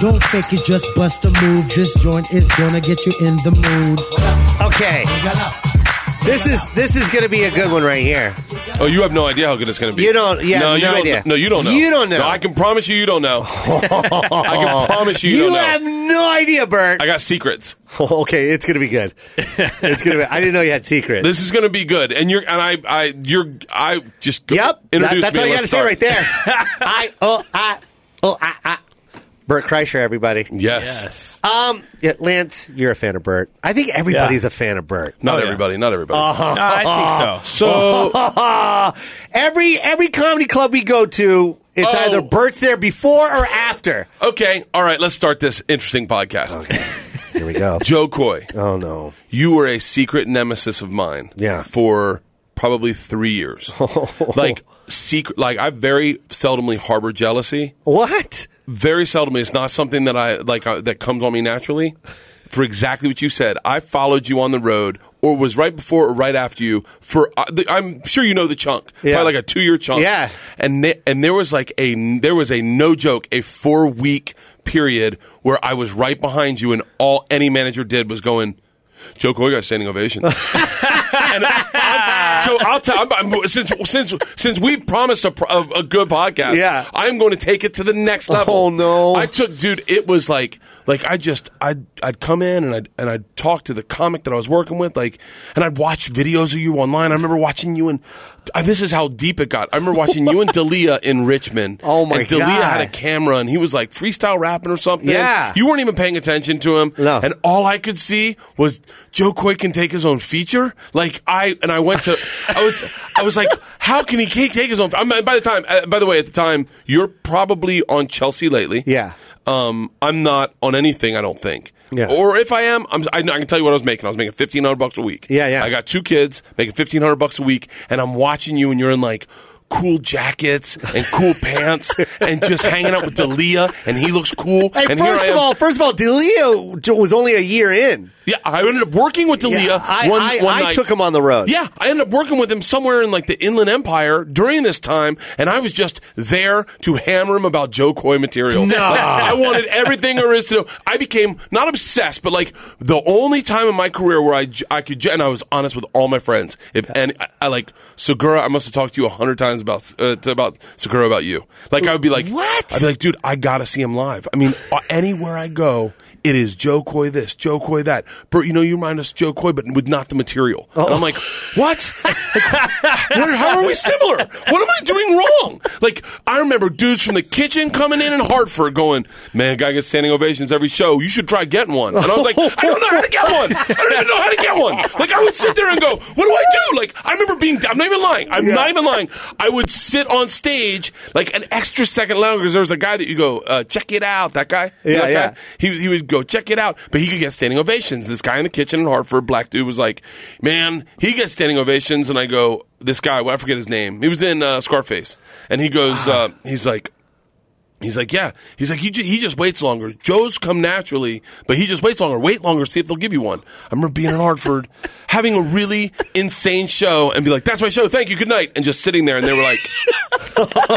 Don't fake it, just bust a move. This joint is gonna get you in the mood. Okay. This is this is gonna be a good one right here. Oh, you have no idea how good it's going to be. You don't- yeah, no, you no don't, idea. No, you don't know. You don't know. No, I can promise you, you don't know. I can promise you, you, You don't know. have no idea, Bert. I got secrets. okay, it's gonna be good. It's gonna be. I didn't know you had secrets. This is going to be good. And you're and I I you're I just go, Yep. That- Introduce that's me. all and you let's gotta say right start. there. I oh I oh I I. Bert Kreischer, everybody. Yes. Yes. Um, yeah, Lance, you're a fan of Bert. I think everybody's a fan of Bert. Not Oh, yeah. everybody. Not everybody. Uh-huh. No, I think so. So every every comedy club we go to, it's Oh. either Bert's there before or after. okay, all right. Let's start this interesting podcast. Here we go. Joe Coy, oh no. you were a secret nemesis of mine. Yeah. For probably three years. like secret. Like I very seldomly harbor jealousy. What? very seldomly. It's not something that I like uh, that comes on me naturally. For exactly what you said, I followed you on the road, or was right before or right after you. For uh, the, I'm sure you know the chunk, Yeah. probably like a two year chunk. Yeah. and the- and there was like a there was a no joke a four week period where I was right behind you, and all any manager did was going. Joe Coy got a standing ovation. and I, Joe, I'll tell. I'm, I'm- since since since we promised a, pro- a, a good podcast, Yeah. I'm going to take it to the next level. Oh, no. I took, dude. It was like, like I just, I'd, I'd come in and I'd, and I'd talk to the comic that I was working with, like, and I'd watch videos of you online. I remember watching you and uh, this is how deep it got. I remember watching you and Dalia in Richmond. Oh, my and Dalia God. had a camera and he was like freestyle rapping or something. Yeah. you weren't even paying attention to him. No. and all I could see was Joe Coy can take his own feature. Like I and I went to I was I was like, how can he take take his own? I'm, by the time, uh, by the way, at the time you're probably on Chelsea lately. Yeah. Um, I'm not on anything. I don't think. Yeah. Or if I am, I'm, I, I can tell you what I was making. I was making fifteen hundred bucks a week. Yeah, yeah. I got two kids making fifteen hundred bucks a week, and I'm watching you, and you're in like cool jackets and cool pants, and just hanging out with Dalia, and he looks cool. Hey, and here I first of am. all, first of all, Delio j- was only a year in. Yeah, I ended up working with Dalia. Yeah, I, one, I, one I night. took him on the road. Yeah, I ended up working with him somewhere in like the Inland Empire during this time, and I was just there to hammer him about Joe Coy material. No, I wanted everything there is to know. I became not obsessed, but like the only time in my career where I, j- I could, j- and I was honest with all my friends. If and I, I like Segura, I must have talked to you a hundred times about uh, to- about Segura about you. Like I would be like, What? I'd be like, dude, I gotta see him live. I mean, uh, anywhere I go. It is Joe Coy this, Joe Coy that. Bert, you know, you remind us of Joe Coy, but with not the material. And I'm like, What? what- how are we similar? What am I doing wrong? Like, I remember dudes from the kitchen coming in in Hartford going, man, guy gets standing ovations every show. You should try getting one. And I was like, I don't know how to get one. I don't even know how to get one. Like, I would sit there and go, what do I do? Like, I remember being, I'm not even lying. I'm not even lying. I would sit on stage like an extra second longer because there was a guy that you go, uh, check it out, that guy. You Yeah, know that yeah. guy? he, he would go check it out, but he could get standing ovations. This guy in the kitchen in Hartford, black dude, was like, "Man, he gets standing ovations." And I go, "This guy, well, I forget his name. He was in uh, Scarface." And he goes, uh, "He's like, He's like, yeah. He's like, he, ju- he just waits longer. Joe's come naturally, but he just waits longer. Wait longer, see if they'll give you one. I remember being in Hartford, having a really insane show, and be like, that's my show. Thank you. Good night. And just sitting there, and they were like,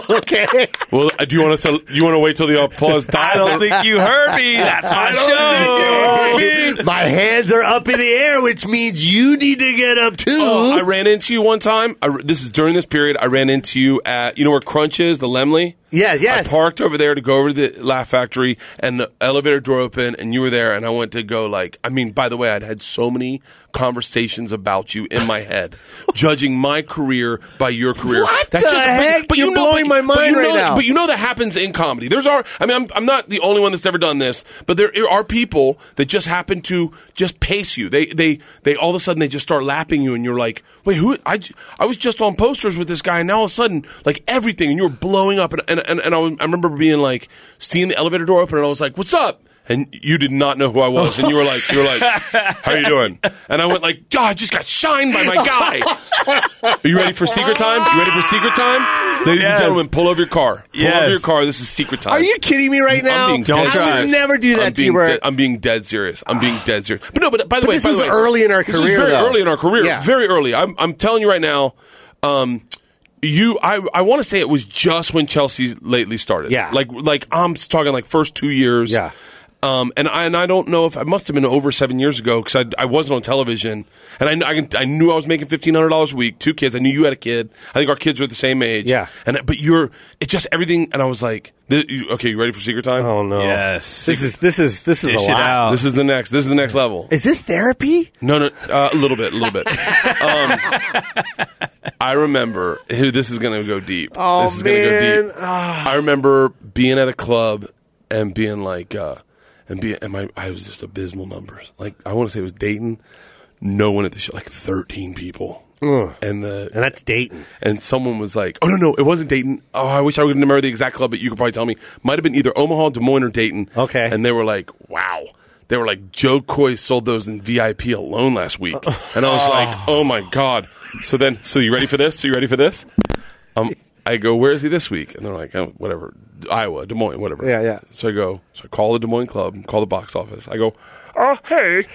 okay. well, uh, do you want us to? You want to wait till the applause dies? I don't think you heard me. That's my show. Oh. My hands are up in the air, which means you need to get up too. Oh, I ran into you one time. I, this is during this period. I ran into you at you know where Crunch is, the Lemley. yes, yes. I parked over there to go over to the Laugh Factory, and the elevator door opened, and you were there, and I went to go like. I mean, by the way, I'd had so many conversations about you in my head, judging my career by your career. What That's the just, heck? But, but you You're know, blowing but- my but you mind right know- now. But you know that happens in comedy. There's our. I mean, I'm, I'm not the only one that's ever done this, but there are people that just happen to just pace you. They they they all of a sudden they just start lapping you, and you're like, wait, who? I j- I was just on posters with this guy, and now all of a sudden, like everything, and you were blowing up, and and and, and I, was, I remember being like seeing the elevator door open, and I was like, what's up? And you did not know who I was, and you were like, you were like, how you doing? And I went like, God, I just got shined by my guy. Are you ready for secret time? You ready for secret time? Ladies and Yes. gentlemen, pull over your car. Pull Yes. over your car. This is secret time. Are you kidding me right now? I'm being Don't dead try. I would serious. never do that I'm to being you, Bert. dead- I'm being dead serious. I'm being dead serious. But no, but by the But way, this by the was way- early in our This was career, very though. early in our career. Yeah. Very early. I'm, I'm telling you right now. Um, you I I want to say it was just when Chelsea lately started. Yeah. Like like I'm talking like first two years. Yeah. Um, and I and I don't know if I must have been over seven years ago because I, I wasn't on television and I kn- I, can- I knew I was making fifteen hundred dollars a week two kids I knew you had a kid I think our kids are the same age Yeah. and but you're it's just everything and I was like th- you- okay you ready for secret time Oh no. Yes. This is this is this is Dish a it lot. out. this is the next this is the next level Is this therapy? No, no, uh, a little bit, a little bit. Um, I remember here, this is going to go deep. Oh, this is gonna man. go deep. I remember being at a club and being like, uh, and being, and my, I was just abysmal numbers. Like I want to say it was Dayton. No one at the show, like thirteen people, and the And that's Dayton. and someone was like, "Oh no, no, it wasn't Dayton. Oh, I wish I would remember the exact club, but you could probably tell me. Might have been either Omaha, Des Moines, or Dayton." Okay. And they were like, "Wow." They were like, "Joe Coy sold those in VIP alone last week," and I was like, "Oh my god!" So then, so you ready for this? So you ready for this? Um, I go, "Where is he this week?" And they're like, oh, "Whatever, Iowa, Des Moines, whatever." Yeah, yeah. So I go, so I call the Des Moines club, call the box office. I go, "Oh hey."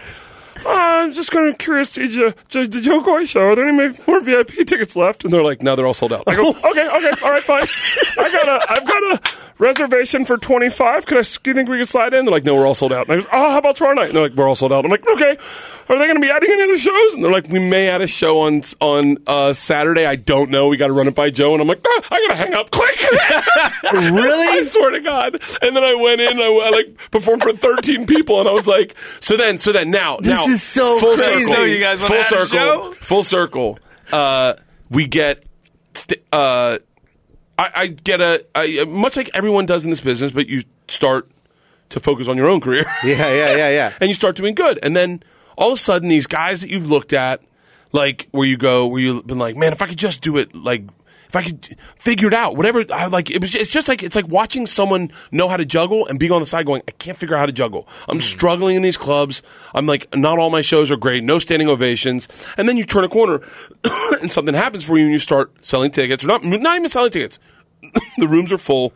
Uh, I'm just kind of curious. Did you, did the Joe Coy show? Are there any more VIP tickets left? And they're like, no, they're all sold out. I go, okay, okay, all right, fine. I got a, I've got a reservation for 25. Could I? Do you think we could slide in? They're like, no, we're all sold out. And I go, oh, how about tomorrow night? And they're like, we're all sold out. I'm like, okay. Are they going to be adding any other shows? And they're like, we may add a show on on uh, Saturday. I don't know. We got to run it by Joe. And I'm like, ah, I got to hang up. Click. I Really? swear to God. And then I went in. I, I like performed for 13 people, and I was like, so then, so then now, now, is so full crazy. circle, So you guys wanna full add a circle, show? full circle. Uh, we get, st- uh, I, I get a I, much like everyone does in this business, but you start to focus on your own career Yeah, yeah, yeah, yeah. and you start doing good. And then all of a sudden, these guys that you've looked at, like where you go, where you've been like, man, if I could just do it, like if I could figure it out, whatever. I like it was. Just, it's just like it's like watching someone know how to juggle and being on the side going, I can't figure out how to juggle. I'm struggling in these clubs. I'm like, not all my shows are great. No standing ovations. And then you turn a corner, and something happens for you, and you start selling tickets, or not not even selling tickets. the rooms are full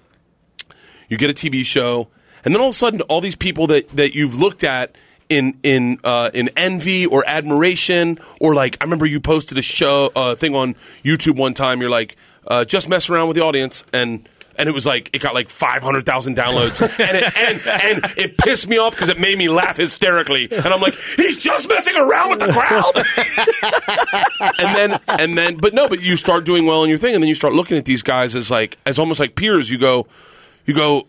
you get a TV show, and then all of a sudden, all these people that, that you've looked at in in uh, in envy or admiration, or like I remember you posted a show uh, thing on YouTube one time. You're like, uh, just mess around with the audience and. And it was like it got like five hundred thousand downloads, and it, and, and it pissed me off because it made me laugh hysterically. And I'm like, he's just messing around with the crowd. and then and then but no but you start doing well in your thing and then you start looking at these guys as like as almost like peers you go you go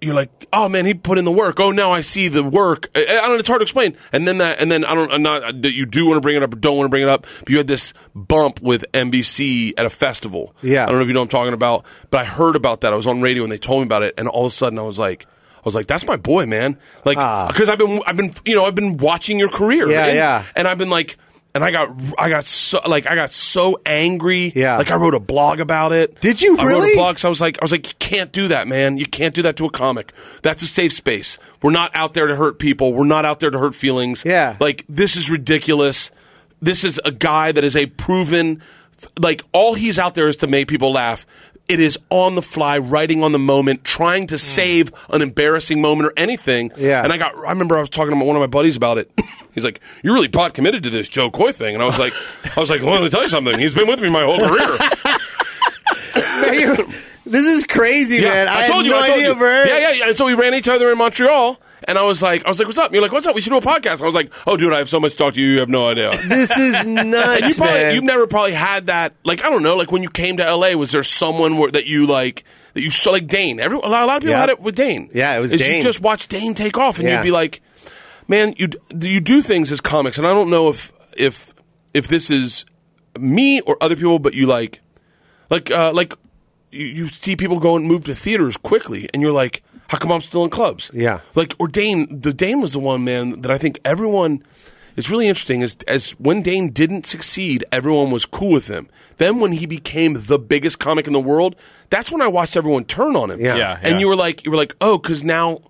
you're like oh man he put in the work oh now i see the work i, I don't know it's hard to explain and then that and then i don't i'm not that you do want to bring it up or don't want to bring it up but you had this bump with nbc at a festival Yeah. i don't know if you know what i'm talking about but i heard about that i was on radio and they told me about it and all of a sudden i was like I was like, "That's my boy, man!" Like, Ah. because I've been, I've been, you know, I've been watching your career, Yeah, and, yeah. and I've been like, and I got, I got so, like, I got so angry. Yeah. Like I wrote a blog about it. Did you I wrote really? a blog because I was like, I was like, you can't do that, man. You can't do that to a comic. That's a safe space. We're not out there to hurt people. We're not out there to hurt feelings. Yeah. Like this is ridiculous. This is a guy that is a proven, like all he's out there is to make people laugh. It is on the fly, writing on the moment, trying to save an embarrassing moment or anything. Hmm. Yeah. And I got, I remember I was talking to one of my buddies about it. He's like, "You're really pot committed to this Joe Coy thing," and I was like, "I was like, well, let me tell you something. He's been with me my whole career." this is crazy, man. I, told had you. no I told idea, you. bro. Yeah, yeah, yeah. And so we ran each other in Montreal, and I was like, I was like, "What's up?" And you're like, "What's up? We should do a podcast." And I was like, "Oh, dude, I have so much to talk to you. You have no idea." This is nuts, you probably man. you've never probably had that. Like I don't know. Like when you came to LA, was there someone where, that you like that you saw like Dane? Every, a lot a lot of people Yeah. had it with Dane. Yeah, it was Is Dane. You just watch Dane take off, and Yeah. you'd be like, man, you d- you do things as comics, and I don't know if if if this is me or other people, but you like like uh, like you, you see people go and move to theaters quickly, and you're like, how come I'm still in clubs? Yeah. like or Dane. The Dane was the one man that I think everyone. It's really interesting is as when Dane didn't succeed, everyone was cool with him. Then when he became the biggest comic in the world, that's when I watched everyone turn on him. Yeah. Yeah, and yeah. you were like, you were like, oh, because now.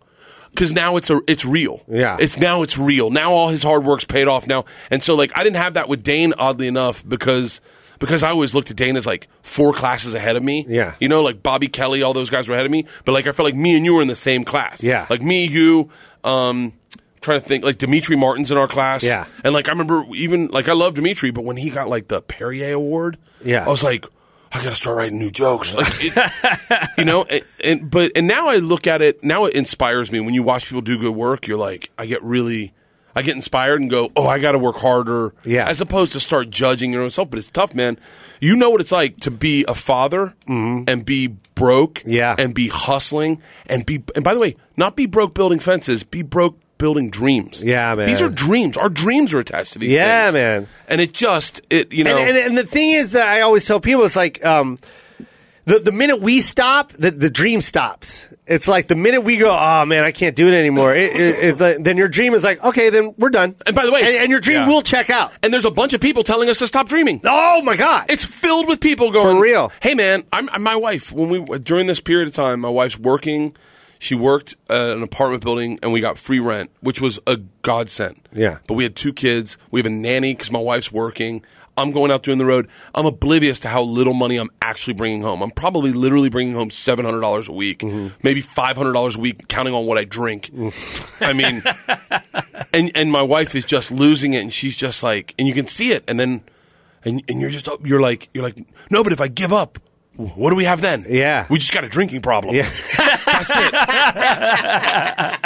Because now it's a it's real. Yeah. it's now it's real. Now all his hard work's paid off now. And so like I didn't have that with Dane oddly enough because because I always looked at Dane as like four classes ahead of me. Yeah. You know, like Bobby Kelly, all those guys were ahead of me. But like I felt like me and you were in the same class. Yeah. Like me, you, um trying to think like Dimitri Martin's in our class. Yeah. And like I remember even like I love Dimitri, but when he got like the Perrier Award, Yeah. I was like I gotta start writing new jokes. Like, it- you know, and, and but and now I look at it. Now it inspires me when you watch people do good work. You're like, I get really, I get inspired and go, oh, I got to work harder. Yeah. as opposed to start judging your own self. But it's tough, man. You know what it's like to be a father Mm-hmm. and be broke. Yeah. and be hustling and be. And by the way, not be broke building fences. Be broke building dreams. Yeah, man. These are dreams. Our dreams are attached to these. Yeah, things. man. And it just it you know. And, and, and the thing is that I always tell people, it's like um, the the minute we stop, the, the dream stops. It's like the minute we go, oh man, I can't do it anymore. It, it, it, then your dream is like, okay, then we're done. And by the way- and, and your dream Yeah. will check out. and there's a bunch of people telling us to stop dreaming. Oh my god, It's filled with people going For real. Hey, man, I'm, I'm my wife. When we during this period of time, my wife's working. She worked at an apartment building, and we got free rent, which was a godsend. Yeah. But we had two kids. We have a nanny because my wife's working. I'm going out doing the road. I'm oblivious to how little money I'm actually bringing home. I'm probably literally bringing home seven hundred dollars a week, Mm-hmm. maybe five hundred dollars a week, counting on what I drink. Mm. I mean, and and my wife is just losing it, and she's just like, and you can see it, and then, and and you're just up, you're like you're like no, but if I give up, what do we have then? Yeah. we just got a drinking problem. Yeah. that's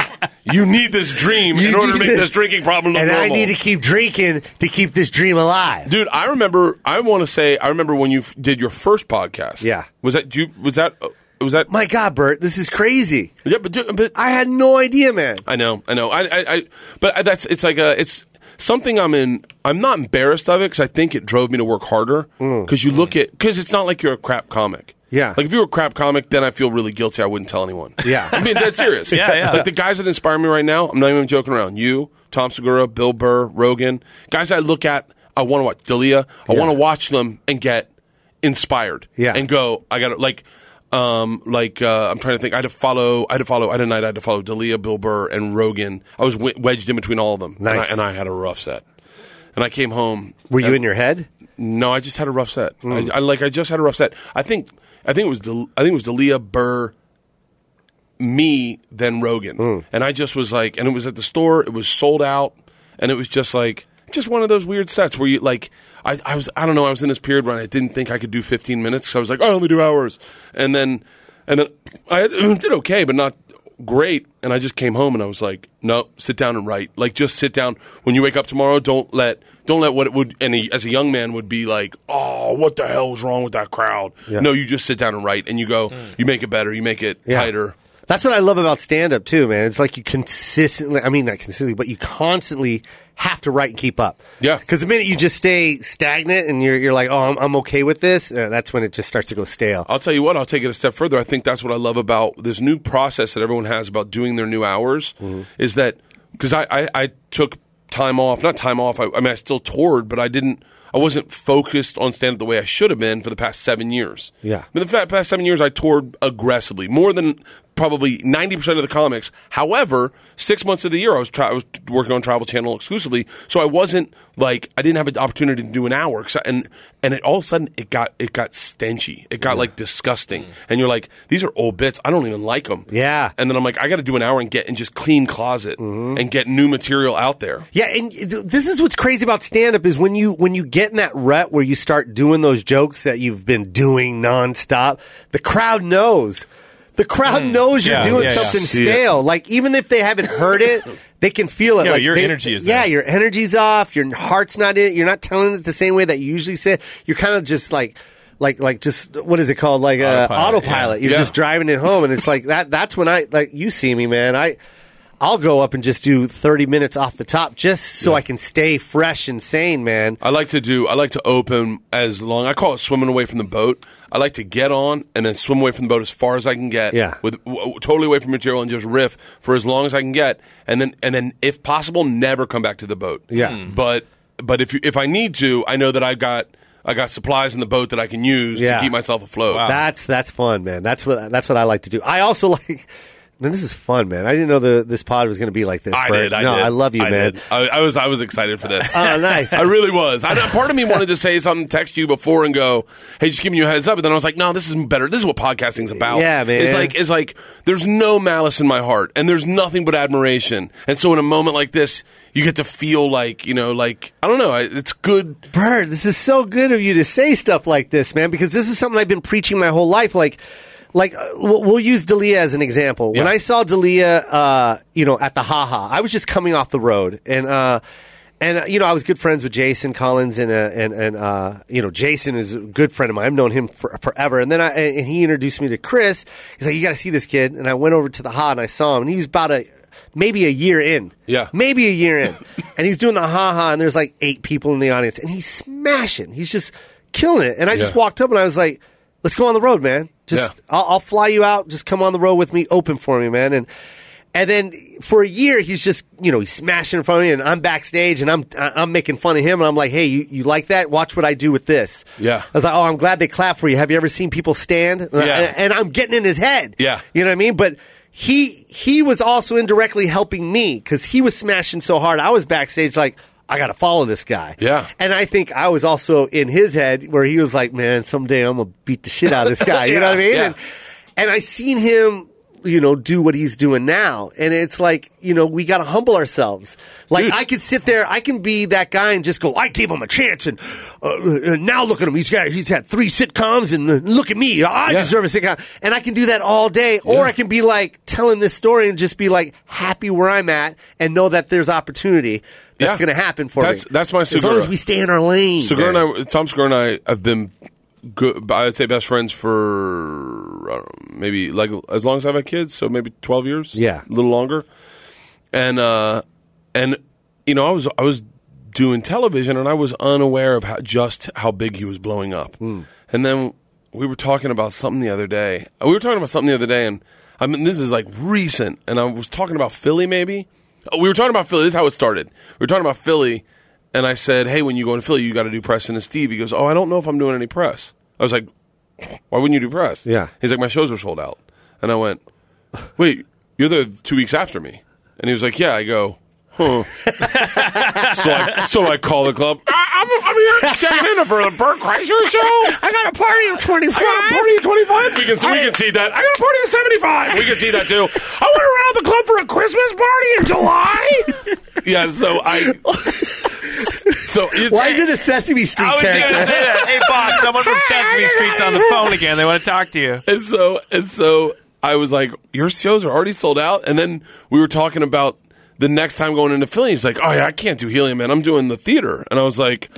it. you need this dream in You order to need make this. this drinking problem look and I normal. need to keep drinking to keep this dream alive. Dude, I remember. I want to say I remember when you f- did your first podcast. Yeah. was that do you? Was that uh, was that? My God, Bert, this is crazy. yeah, but, do- but I had no idea, man. I know, I know. I, I, I but I- that's it's like a it's something I'm in. I'm not embarrassed of it because I think it drove me to work harder. Because you look at because it's not like you're a crap comic. Mm. Yeah. Like if you were a crap comic, then I feel really guilty. I wouldn't tell anyone. Yeah. I mean that's serious. Yeah, yeah. Like the guys that inspire me right now, I'm not even joking around. You, Tom Segura, Bill Burr, Rogan, guys I look at, I want to watch Delia. I want to watch them and get inspired. Yeah. And go, Oh, I got to like um, like uh, I'm trying to think. I had to follow. I had to follow. I had a night. I had to follow Dalia, Bill Burr, and Rogan. I was w- wedged in between all of them. Nice. And I, and I had a rough set. And I came home. Were you in your Hmm. head? No, I just had a rough set. I, I like. I just had a rough set. I think. I think it was. Del- I think it was Dalia, Burr, me, then Rogan. And I just was like. And it was at the store. It was sold out. And it was just like just one of those weird sets where you like. I, I was. I don't know. I was in this period when I didn't think I could do 15 minutes. So I was like, "Oh, I only do hours. And then, and then I did okay, but not great and i just came home and i was like no sit down and write like just sit down when you wake up tomorrow don't let don't let what it would and a, as a young man would be like oh what the hell's wrong with that crowd no you just sit down and write and you go you make it better you make it Yeah. tighter That's what I love about stand up too, man. It's like you consistently, I mean, not consistently, but you constantly have to write and keep up. Yeah. Because the minute you just stay stagnant and you're, you're like, oh, I'm, I'm okay with this, uh, that's when it just starts to go stale. I'll tell you what, I'll take it a step further. I think that's what I love about this new process that everyone has about doing their new hours is that because I, I, I took time off, not time off, I, I mean, I still toured, but I didn't, I wasn't focused on stand up the way I should have been for the past seven years. Yeah. But the fa- past seven years, I toured aggressively, more than probably 90% of the comics. However, six months of the year, I was, tra- I was working on Travel Channel exclusively. So I wasn't like, I didn't have an opportunity to do an hour. 'cause I- and, and it all of a sudden, it got, it got stenchy. It got like disgusting. And you're like, these are old bits. I don't even like them. Yeah. And then I'm like, I got to do an hour and get in just clean closet and get new material out there. Yeah, and th- this is what's crazy about stand up is when you when you get in that rut where you start doing those jokes that you've been doing nonstop, the crowd knows. The crowd knows you're Hmm. Yeah, doing yeah, yeah. something See it. stale. Like even if they haven't heard it, they can feel it. Yeah, like your they- energy is Yeah, there. your energy's off. Your heart's not in it. You're not telling it the same way that you usually say. it. You're kind of just like like like just what is it called? Like uh, Autopilot, autopilot. You're Yeah. just driving it home, and it's like that. That's when I like you see me, man. I I'll go up and just do 30 minutes off the top just so I can stay fresh and sane, man. I like to do. I like to open as long. I call it swimming away from the boat. I like to get on and then swim away from the boat as far as I can get. Yeah. with w- w- totally away from material and just riff for as long as I can get, and then and then if possible, never come back to the boat. Yeah. Mm. but but if you, if I need to, I know that I've got I got supplies in the boat that I can use Yeah. to keep myself afloat. That's that's fun, man. That's what that's what I like to do. I also like Man, this is fun, man. I didn't know the this pod was going to be like this. I Bert. did. I no, did. I love you, man. did. I, I was. I was excited for this. Oh, nice. I really was. I, part of me wanted to say something, text you before, and go, "Hey, just giving you a heads up." And then I was like, "No, this is better. This is what podcasting's about." Yeah, man. It's like it's like there's no malice in my heart, and there's nothing but admiration. And so, in a moment like this, you get to feel like you know, like I don't know. I- It's good. Bird, this is so good of you to say stuff like this, man, because this is something I've been preaching my whole life. Like, like uh, we'll we'll use Dalia as an example. When Yeah. I saw Dalia, uh, you know, at the haha, I was just coming off the road, and uh, and uh, you know, I was good friends with Jason Collins, and uh, and and uh, you know, Jason is a good friend of mine. I've known him for, forever, and then I and and he introduced me to Chris. He's like, you got to see this kid, and I went over to the ha and I saw him, and he was about a maybe a year in, Yeah. maybe a year in, and he's doing the ha ha, and there's like eight people in the audience, and he's smashing. He's just killing it. And I just Yeah. walked up and I was like, "Let's go on the road, man. Just Yeah. I'll, I'll fly you out. Just come on the road with me. Open for me, man." And and then for a year, he's just you know he's smashing in front of me, and I'm backstage, and I'm I- I'm making fun of him, and I'm like, "Hey, you, you like that? Watch what I do with this." Yeah. I was like, "Oh, I'm glad they clap for you. Have you ever seen people stand?" And I- Yeah. and I'm getting in his head. Yeah. You know what I mean? But he he was also indirectly helping me because he was smashing so hard. I was backstage like, I gotta follow this guy. Yeah. And I think I was also in his head where he was like, Man, someday I'm gonna beat the shit out of this guy. You know what I mean? yeah. And, and I seen him you know, do what he's doing now. And it's like, you know, we got to humble ourselves. Like, Dude. I could sit there, I can be that guy and just go, I gave him a chance. And, uh, and now look at him. He's got, he's had three sitcoms and uh, look at me. I Yeah. deserve a sitcom. And I can do that all day. Or I can be like telling this story and just be like happy where I'm at and know that there's opportunity that's Yeah. going to happen for That's- me. that's my As long Segura. as we stay in our lane. Segura man. and I, Tom Segura and I have been good. I'd say best friends for I don't know, maybe like as long as I've had kids, so maybe twelve years. Yeah. a little longer. And uh, and you know, I was I was doing television, and I was unaware of how, just how big he was blowing up. And then we were talking about something the other day. Uh, We were talking about something the other day, and I mean, this is like recent. And I was talking about Philly, maybe. Oh, We were talking about Philly. This is how it started. We were talking about Philly, and I said, "Hey, when you go to Philly, you got to do press." And Steve, he goes, "Oh, I don't know if I'm doing any press." I was like, "Why wouldn't you do press?" Yeah. He's like, "My shows are sold out," and I went, "Wait, you're there two weeks after me?" And he was like, "Yeah." I go, "Huh." so I so I call the club. I, I'm, I'm here checking in for the Burt Kreischer show. I got a party of 25. I got a party at 25. We can, we can see that. I got a party at 75. We can see that too. I went around the club for a Christmas party in July. yeah, so I. So it's, Why is it a Sesame Street I was going to character? say that. Hey, boss, someone from Sesame Street's on the phone again. They want to talk to you. and so and so I was like, your shows are already sold out. And then we were talking about the next time going into Philly. He's like, oh yeah, I can't do Helium, man. I'm doing the theater. And I was like,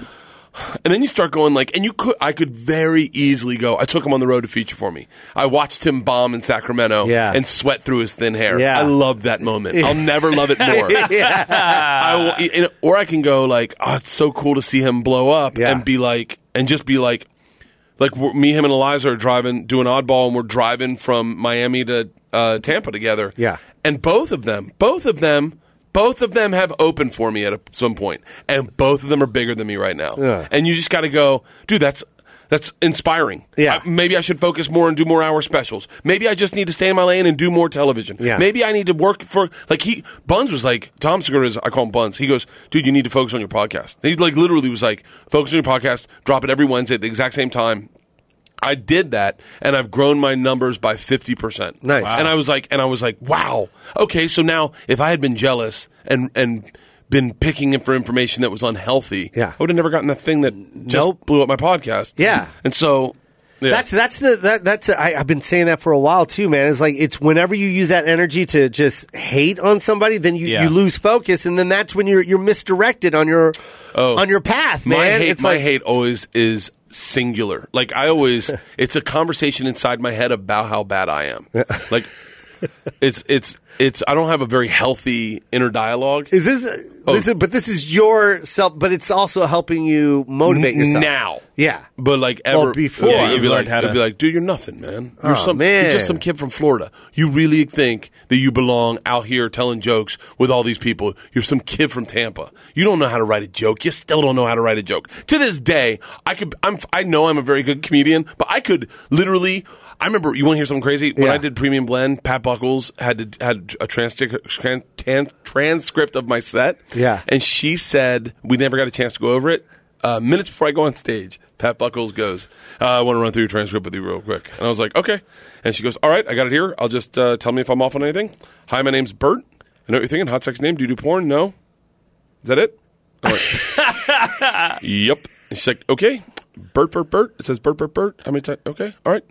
and then you start going like, and you could, I could very easily go. I took him on the road to feature for me. I watched him bomb in Sacramento Yeah. and sweat through his thin hair. Yeah. I loved that moment. I'll never love it more. I will, and- or I can go like, oh, it's so cool to see him blow up Yeah. and be like, and just be like, like we're, me, him, and Eliza are driving, doing oddball, and we're driving from Miami to uh, Tampa together. Yeah. and both of them, both of them, both of them have opened for me at a, some point, and both of them are bigger than me right now. Yeah. And you just got to go, dude. That's that's inspiring. Yeah. I- maybe I should focus more and do more hour specials. Maybe I just need to stay in my lane and do more television. Yeah. Maybe I need to work for like he Buns was like Tom Segura is I call him Buns. He goes, dude, you need to focus on your podcast. He like literally was like, focus on your podcast, drop it every Wednesday at the exact same time. I did that, and I've grown my numbers by fifty percent. Nice. Wow. And I was like, and I was like, wow. Okay, so now if I had been jealous and and been picking him for information that was unhealthy, Yeah. I would have never gotten the thing that just Nope. blew up my podcast. Yeah. and so yeah. That's that's the that, that's I, I've been saying that for a while too, man. It's like it's whenever you use that energy to just hate on somebody, then you, Yeah. you lose focus, and then that's when you're you're misdirected on your Oh. on your path, man. My hate, it's my like hate always is singular. Like I always, it's a conversation inside my head about how bad I am. like it's it's it's. I don't have a very healthy inner dialogue. is this This is, but this is your self. But it's also helping you motivate yourself now. Yeah, But like ever Well, before. yeah, you'd You be learned like, how to- you'd be like, dude, you're nothing, man. You're Aw, some, Oh, man. you're just some kid from Florida. You really think that you belong out here telling jokes with all these people? You're some kid from Tampa. You don't know how to write a joke. You still don't know how to write a joke. To this day, I could, I'm, I know I'm a very good comedian, but I could literally. I remember you want to hear something crazy? When Yeah. I did Premium Blend, Pat Buckles had to, had a transcript tran, tran, transcript of my set. Yeah. and she said we never got a chance to go over it. Uh, minutes before I go on stage, Pat Buckles goes, uh, "I want to run through your transcript with you real quick," and I was like, "Okay." And she goes, "All right, I got it here. I'll just uh, tell me if I'm off on anything." Hi, my name's Bert. I know what you're thinking. Hot sex name? Do you do porn? No. Is that it? I'm like, yep. And she's like, "Okay, Bert, Bert, Bert." It says Bert, Bert, Bert. How many times? Okay, all right.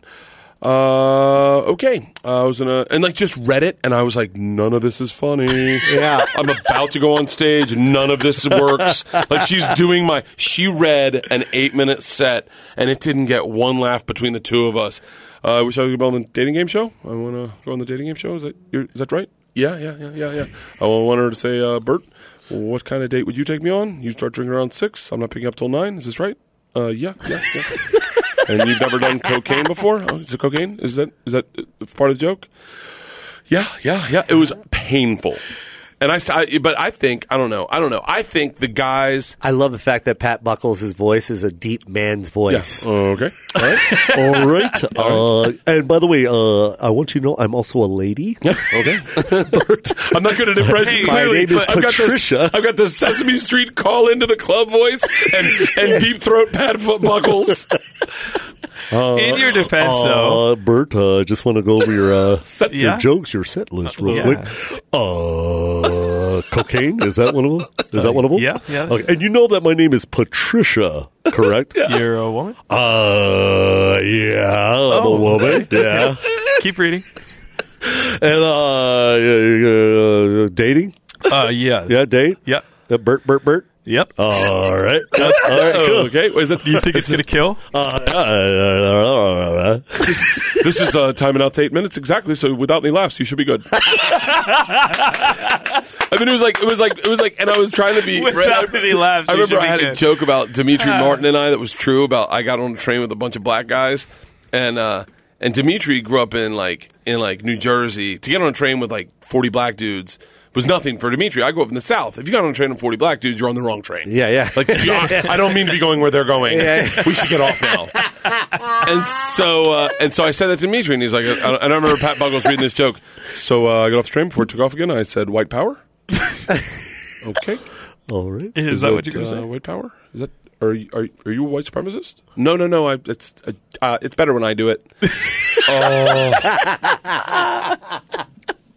Uh, okay. I was in a and like just read it, and I was like, none of this is funny. Yeah. I'm about to go on stage. None of this works. Like she's doing my. She read an eight minute set, and it didn't get one laugh between the two of us. Uh, I wish I could go on the dating game show. I want to go on the dating game show. Is that you're, is that right? Yeah, yeah, yeah, yeah, yeah. I want her to say, uh, Bert, what kind of date would you take me on? You start drinking around six. I'm not picking up till nine. Is this right? Uh, yeah, yeah, yeah. and you've never done cocaine before? Oh, is it cocaine? Is that is that uh, part of the joke? Yeah, yeah, yeah. It was painful. And I, s- I- but I think I don't know. I don't know. I think the guys. I love the fact that Pat Buckles' voice is a deep man's voice. Okay. All right. All right. Uh, and by the way, uh, I want you to know I'm also a lady. Yeah. Okay. I'm not good at impressions. My clearly, name is but I've got this. Patricia. I've got the Sesame Street call into the club voice and, and deep throat Pat foot buckles. In your defense, though, Uh, Bert, uh, I just want to go over your uh, set, Yeah. your jokes, your set list real Yeah. quick. Uh, cocaine is that one of them? Is that one of them? yeah, yeah, that's Okay. And you know that my name is Patricia, correct? yeah. you're a woman. Uh, yeah, I'm a woman. Yeah. Keep reading. and uh, uh, dating? Uh, yeah, Yeah, date. yeah, Uh, Bert, Bert, Bert. yep. Uh, All right. That's, all right. Cool. Oh, okay. Is that, Do you think it's gonna kill? Uh, uh, uh, uh, uh, uh. this is uh, timing out to eight minutes exactly. So without any laughs, you should be good. I mean, it was like it was like it was like, and I was trying to be. Without I- any laughs, I you remember should I be had a good. joke about Dimitri Martin and I that was true about I got on a train with a bunch of black guys and uh and Dimitri grew up in like in like New Jersey. To get on a train with like forty black dudes was nothing for Dimitri. I grew up in the South. If you got on a train with forty black dudes, you're on the wrong train. Yeah, yeah. Like you know, I don't mean to be going where they're going. We should get off now. And so uh, and so I said that to Dimitri and he's like uh, and I remember Pat Buggles reading this joke. So uh, I got off the train before it took off again. I said white power. okay. all right. Is, that what you're gonna uh, say? White power? Is that are you, are, you- are you a white supremacist? No, no, no. I, it's uh, uh, it's better when I do it. oh,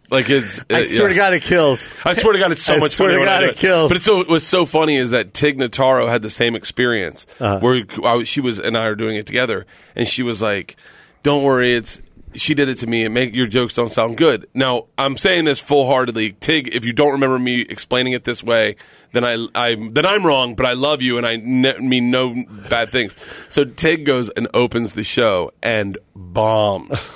like it's. I uh, swear to yeah. God, it kills. I swear to God, it's so I much swear to funnier when God, I do it kills. But it's so, what's so funny is that Tig Notaro had the same experience Uh-huh. where I, was- she was and I were doing it together, and she was like, "Don't worry, it's." She did it to me. It make your jokes don't sound good. Now I'm saying this full heartedly, Tig. If you don't remember me explaining it this way, then I, I then I'm wrong. But I love you, and I ne- mean no bad things. So Tig goes and opens the show and bombs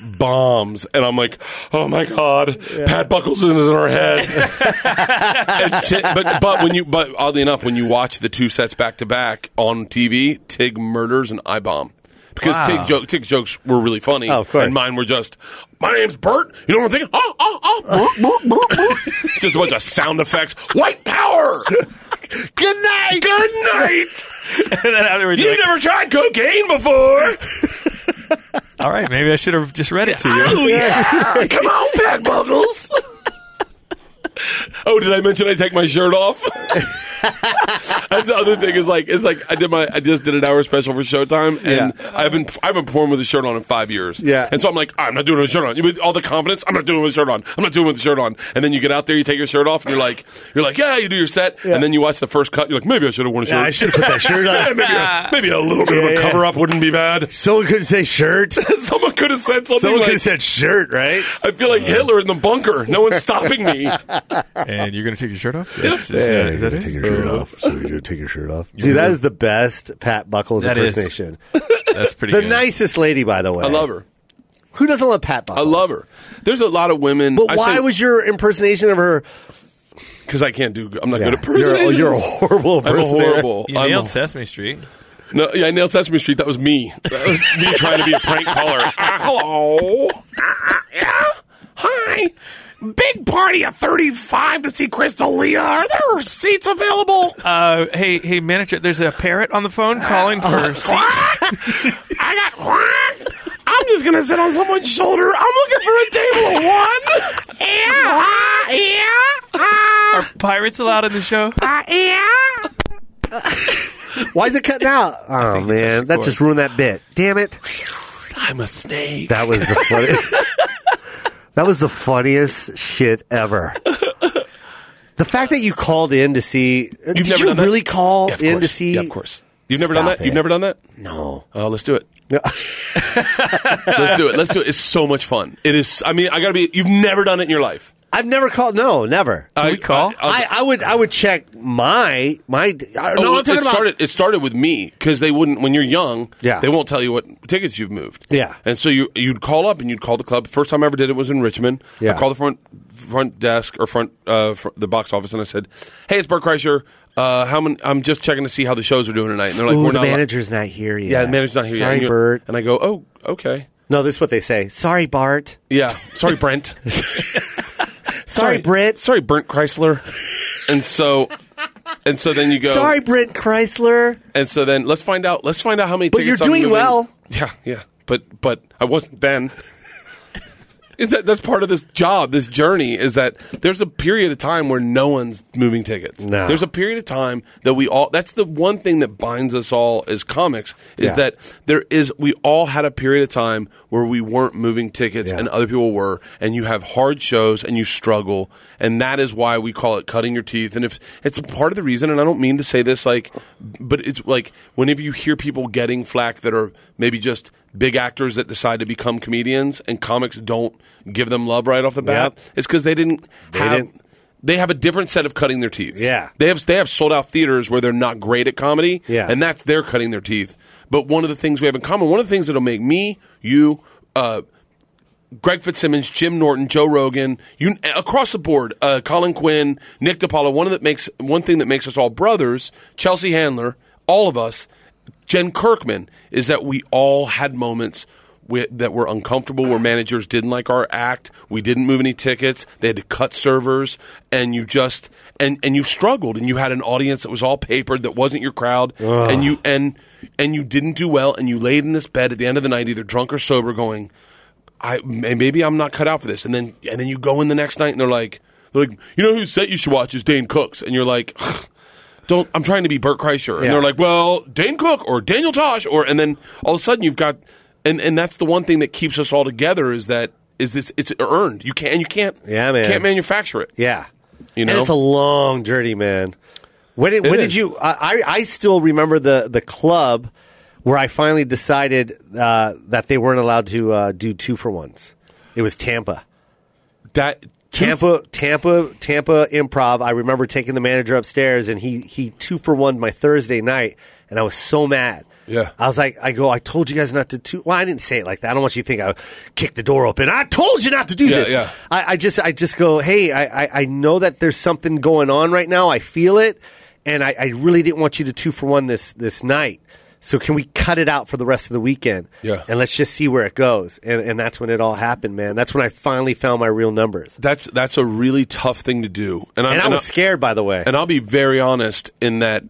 bombs. And I'm like, oh my God, Pat Buckles is in our head. And Ti- but, but when you, but oddly enough, when you watch the two sets back to back on TV, Tig murders an I bomb. Because Tig, jo- Tig's jokes were really funny, Oh, of course. and mine were just, "My name's Bert." You know what I'm thinking? Oh, oh, oh, brr, brr, brr, brr." just a bunch of sound effects. White power. Good night. Good night. and then afterwards, You've you're like, never tried cocaine before. all right, maybe I should have just read it to you. Oh yeah! Come on, Pat Buggles. oh, did I mention I take my shirt off? That's the other thing is like it's like I did my I just did an hour special for Showtime and I haven't I haven't performed with a shirt on in five years. Yeah. and so I'm like I'm not doing it with a shirt on. With all the confidence, I'm not doing it with a shirt on. I'm not doing it with a shirt on. And then you get out there, you take your shirt off, and you're like you're like yeah, you do your set, and then you watch the first cut. You're like maybe I should have worn a Yeah, shirt. I should have put that shirt Yeah, on. maybe, a, maybe a little bit of Yeah, a yeah. cover up wouldn't be bad. Someone could say shirt. Someone could have said something. Someone like, could have said shirt, right? I feel Uh-huh. like Hitler in the bunker. No one's stopping me. And you're gonna take your shirt off? Yes. Is, that- is that Take it? your shirt off. So you take your shirt off. Dude, that is the best Pat Buckles That is. impersonation. That's pretty. The good. nicest lady, by the way. I love her. Who doesn't love Pat I Buckles? love her. There's a lot of women. But I why say- was your impersonation of her because I can't do. I'm not good at You're, impersonating. you're a horrible I'm a person. horrible. You I'm nailed a- Sesame Street. no, yeah, I nailed Sesame Street. That was me. That was me trying to be a prank caller. Ah, hello. Ah, yeah. Hi. Big party at 35 to see Crystal Leah. Are there seats available? Uh, hey, hey, manager, there's a parrot on the phone calling for seats. I got I'm just gonna sit on someone's shoulder. I'm looking for a table of one. Yeah, yeah, Are pirates allowed in the show? yeah. Why is it cutting out? Oh man, that just ruined that bit. Damn it! I'm a snake. That was the funniest. that was the funniest shit ever. The fact that you called in to see. did never you done that? really call Yeah, of in to course. see? Yeah, of course. You've never done Stop that. You've it. never done that. No. Oh, let's do it. Let's do it. Let's do it. It's so much fun. It is. I mean, I gotta be. You've never done it in your life. I've never called. No, never. I, we call? I, I was- I, I would I would check my my. I, Oh, no, well, I'm talking it about. started. It started with me because they wouldn't. When you're young, Yeah. they won't tell you what tickets you've moved. Yeah. and so you you'd call up and you'd call the club. First time I ever did it was in Richmond. Yeah. I called the front front desk or front, uh, fr- the box office and I said, "Hey, it's Bert Kreischer. Uh, how many, I'm just checking to see how the shows are doing tonight." And they're like, Ooh, "We're the not." allo- manager's not here yet. yeah, the manager's not here. yet. Sorry, And you- Bert. And I go, "Oh, okay." No, this is what they say. Sorry, Bart. Yeah, sorry, Brent. Sorry, Brent. Sorry, Brent Chrysler. And so, and so then you go. Sorry, Brent Chrysler. And so then let's find out. Let's find out how many. But tickets you're I'm doing moving. well. Yeah, yeah. But but I wasn't then. is that that's part of this job, this journey? Is that there's a period of time where no one's moving tickets. No. There's a period of time that we all. That's the one thing that binds us all as comics is Yeah. that there is. We all had a period of time where we weren't moving tickets, Yeah. and other people were, and you have hard shows and you struggle, and that is why we call it cutting your teeth. And if it's part of the reason, and I don't mean to say this like, but it's like whenever you hear people getting flack that are maybe just big actors that decide to become comedians, and comics don't give them love right off the bat, Yep. it's because they didn't have. didn't. They have a different set of cutting their teeth. Yeah. they have they have sold out theaters where they're not great at comedy. Yeah. and that's they're cutting their teeth. But one of the things we have in common, one of the things that'll make me, you, uh, Greg Fitzsimmons, Jim Norton, Joe Rogan, you across the board, uh, Colin Quinn, Nick DiPaolo. One of that makes one thing that makes us all brothers. Chelsea Handler, all of us, Jen Kirkman, is that we all had moments. wi- that were uncomfortable, where managers didn't like our act, we didn't move any tickets, they had to cut servers, and you just and and you struggled, and you had an audience that was all papered, that wasn't your crowd, and you and and you didn't do well, and you laid in this bed at the end of the night, either drunk or sober, going, I may- maybe I'm not cut out for this. And then and then you go in the next night and they're like, they're like, you know whose set you should watch is Dane Cook's, and you're like, don't. I'm trying to be Burt Kreischer, and Yeah. they're like, well, Dane Cook or Daniel Tosh or, and then all of a sudden you've got, and and that's the one thing that keeps us all together is that is this it's earned. You can't you can't Yeah, man. can't manufacture it. Yeah. You And know? it's a long journey, man. When did, It when did is. you? I, I I still remember the the club where I finally decided uh, that they weren't allowed to uh, do two for ones. It was Tampa. That Tampa, Tampa, Tampa Improv. I remember taking the manager upstairs, and he he two for one my Thursday night, and I was so mad. Yeah. I was like, I go, I told you guys not to two. Well, I didn't say it like that. I don't want you to think I kicked the door open. I told you not to do Yeah, this. yeah. I, I just, I just go, hey, I, I, I know that there's something going on right now. I feel it, and I, I really didn't want you to two for one this this night. So can we cut it out for the rest of the weekend? Yeah. And let's just see where it goes. And and that's when it all happened, man. That's when I finally found my real numbers. that's that's a really tough thing to do, and, I'm- And I and was I- scared, by the way. And I'll be very honest in that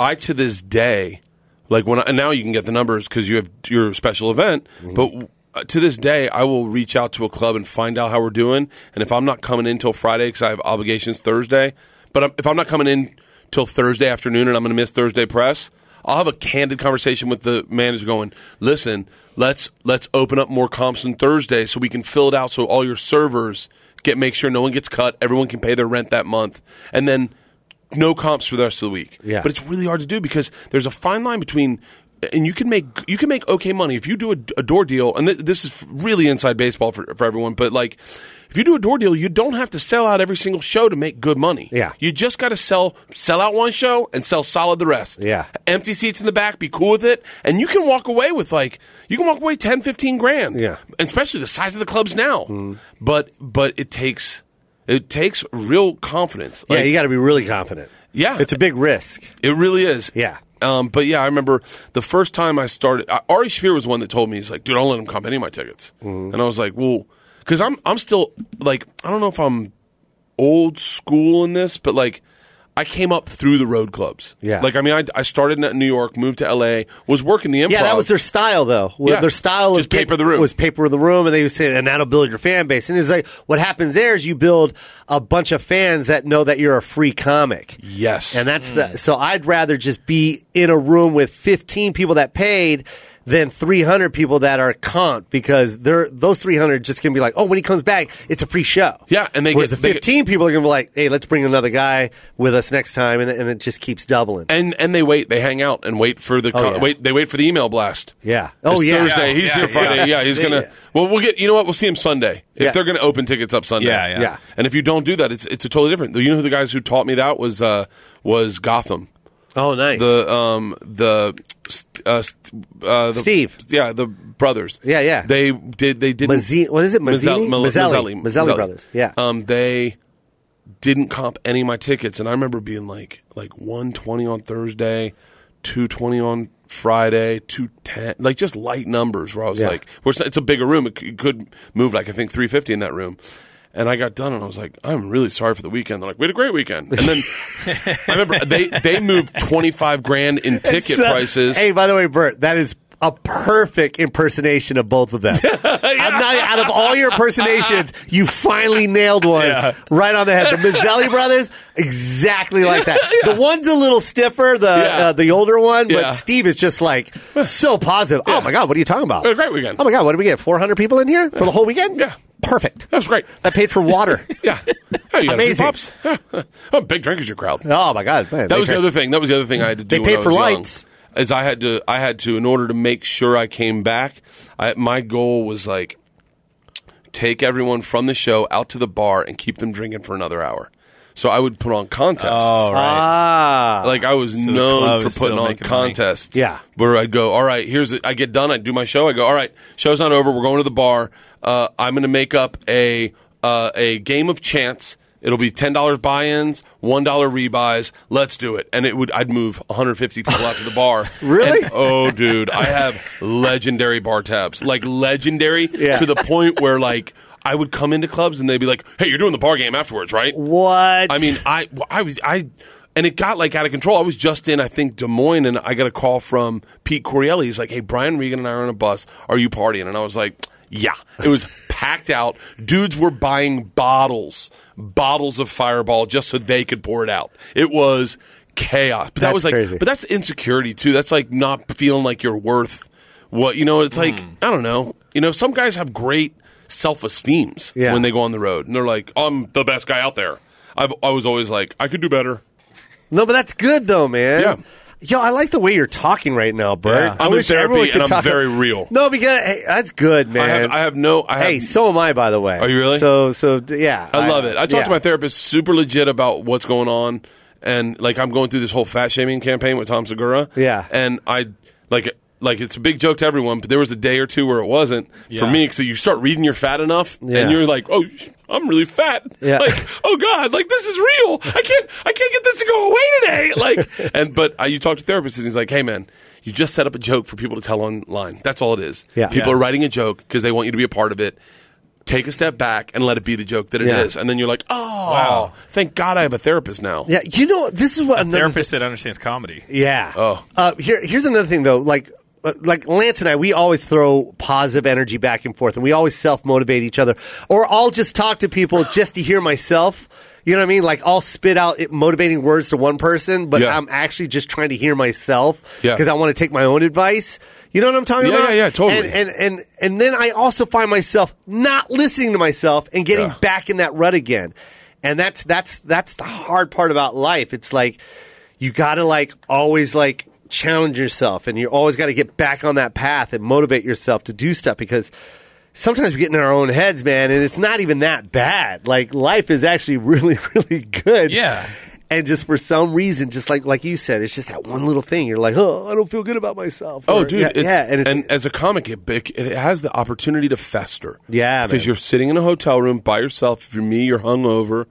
I to this day, like when I, and now you can get the numbers because you have your special event, but. uh, To this day, I will reach out to a club and find out how we're doing. And if I'm not coming in till Friday because I have obligations Thursday, but I'm, if I'm not coming in till Thursday afternoon and I'm going to miss Thursday press, I'll have a candid conversation with the manager, going, "Listen, let's let's open up more comps on Thursday so we can fill it out so all your servers get make sure no one gets cut, everyone can pay their rent that month, and then no comps for the rest of the week. Yeah. But it's really hard to do because there's a fine line between and you can make you can make okay money if you do a, a door deal and th- this is really inside baseball for, for everyone but like if you do a door deal you don't have to sell out every single show to make good money Yeah. you just got to sell sell out one show and sell solid the rest Yeah. empty seats in the back be cool with it and you can walk away with like you can walk away 10 15 grand Yeah. Mm-hmm. especially the size of the clubs now but but it takes It takes real confidence. yeah, Like, you got to be really confident. Yeah. it's a big risk. It really is. Yeah. Um, but yeah, I remember the first time I started. I, Ari Shafir was one that told me, he's like, dude, don't let him comp any of my tickets. Mm-hmm. And I was like, well, because I'm, I'm still, like, I don't know if I'm old school in this, but like, I came up through the road clubs. Yeah. Like, I mean, I, I started in New York, moved to LA, was working the improv. Yeah, that was their style, though. Well, Yeah. Their style of Just paper the room. was paper the room, and they would say, and that'll build your fan base. And it's like what happens there is you build a bunch of fans that know that you're a free comic. Yes. And that's the so I'd rather just be in a room with 15 people that paid than 300 people that are comped because they're those 300 just gonna be like, oh, when he comes back, it's a free show. Yeah, and they whereas get- the they get- 15 people are gonna be like, hey, let's bring another guy with us next time, and, and it just keeps doubling. and and they wait. They hang out and wait for the co- Oh, yeah. wait. They wait for the email blast. Yeah. It's Oh, yeah. Thursday. Yeah, he's yeah, here Friday. Yeah. yeah. he's gonna. Well, we'll get. You know what? We'll see him Sunday if Yeah. they're gonna open tickets up Sunday. Yeah, yeah. Yeah. And if you don't do that, it's it's a totally different. You know who the guys who taught me that was uh was Gotham. oh, nice. The um the st- uh, st- uh the, Steve. Yeah, the brothers. Yeah, yeah. They did. They did. Mazzi- what is it? Mazzini? Mazzelli. Mazzelli. Mazzelli brothers. Yeah. Um, they didn't comp any of my tickets, and I remember being like like one twenty on Thursday, two twenty on Friday, two ten, like just light numbers. Where I was Yeah. like, where it's, it's a bigger room, it, c- it could move like I think three fifty in that room. And I got done, and I was like, "I'm really sorry for the weekend." They're like, "We had a great weekend." And then I remember they they moved twenty five grand in ticket So- prices. Hey, by the way, Bert, that is a perfect impersonation of both of them. I'm not out of all your impersonations, you finally nailed one right on the head. The Mazzelli brothers, exactly like that. The one's a little stiffer, the Yeah. uh, the older one, but Yeah. Steve is just like so positive. Oh my god, what are you talking about? Had a great weekend. Oh my god, what did we get? 400 people in here for the whole weekend? Yeah. perfect. That was great. That paid for water. Yeah, Hey, you got a few Amazing. pops. Yeah. oh, big drinkers, your crowd. oh my god, man, That they was the paid- other thing. That was the other thing I had to do. They when paid I for was young, lights. Is I had to, I had to, in order to make sure I came back. I, my goal was like take everyone from the show out to the bar and keep them drinking for another hour. So I would put on contests. Oh, Ah, Like I was club known for is still putting on making money. contests. Yeah. Where I'd go, all right, here's it. I get done, I do my show, I go, all right, show's not over, we're going to the bar. Uh, I'm gonna make up a uh, a game of chance. It'll be ten dollars buy-ins, one dollar rebuys. Let's do it, and it would. I'd move 150 people out to the bar. Really? And, oh, dude, I have legendary bar tabs, like legendary Yeah. to the point where like I would come into clubs and they'd be like, "Hey, you're doing the bar game afterwards, right?" what? I mean, I, I was, I, and it got like out of control. I was just in, I think, Des Moines, and I got a call from Pete Corielli. He's like, "Hey, Brian Regan and I are on a bus. Are you partying?" And I was like, "Yeah." It was packed out. Dudes were buying bottles, bottles of Fireball, just so they could pour it out. It was chaos. But that That's was like, crazy. but that's insecurity too. That's like not feeling like you're worth what you know. It's like Hmm. I don't know. You know, some guys have great self esteems Yeah. when they go on the road, and they're like, "I'm the best guy out there." I've I was always like, "I could do better." No, but that's good though, man. Yeah. Yo, I like the way you're talking right now, Bert. Yeah. I I'm in wish therapy everyone could and I'm talk- very real. No, because hey, that's good, man. I have I have no. I have, hey, so am I, by the way. Are you really? So, so d- yeah. I love it. I talked yeah. to my therapist super legit about what's going on, and like I'm going through this whole fat shaming campaign with Tom Segura. Yeah. and I like like it's a big joke to everyone, but there was a day or two where it wasn't for Yeah. me because you start reading you're fat enough, Yeah. and you're like, oh. Sh- I'm really fat. Yeah. Like, oh God, like this is real. I can't I can't get this to go away today. Like and but I, you talk to therapists and he's like, Hey man, you just set up a joke for people to tell online. That's all it is. Yeah. People Yeah. are writing a joke because they want you to be a part of it take a step back and let it be the joke that it is, Yeah. and then you're like, oh, thank God I have a therapist now. Yeah, you know, this is what another Therapist that understands comedy. Yeah. Oh. Uh, here, here's another thing though. Like, uh, like Lance and I, we always throw positive energy back and forth, and we always self motivate each other. Or I'll just talk to people just to hear myself. You know what I mean? Like I'll spit out it- motivating words to one person, but Yeah. I'm actually just trying to hear myself Yeah. because I want to take my own advice. You know what I'm talking Yeah, about? yeah, yeah, totally. And- and and and then I also find myself not listening to myself and getting Yeah. back in that rut again. And that's that's that's the hard part about life. It's like you got to like always like challenge yourself and you always got to get back on that path and motivate yourself to do stuff because sometimes we get in our own heads, man, and it's not even that bad. Like life is actually really really good. Yeah. and just for some reason, just like like you said, it's just that one little thing. You're like, oh, I don't feel good about myself. Oh, Or- dude! yeah, it's, yeah, and it's as a comic, it, bec- it has the opportunity to fester. Yeah, because man. you're sitting in a hotel room by yourself. If you're me, you're hungover.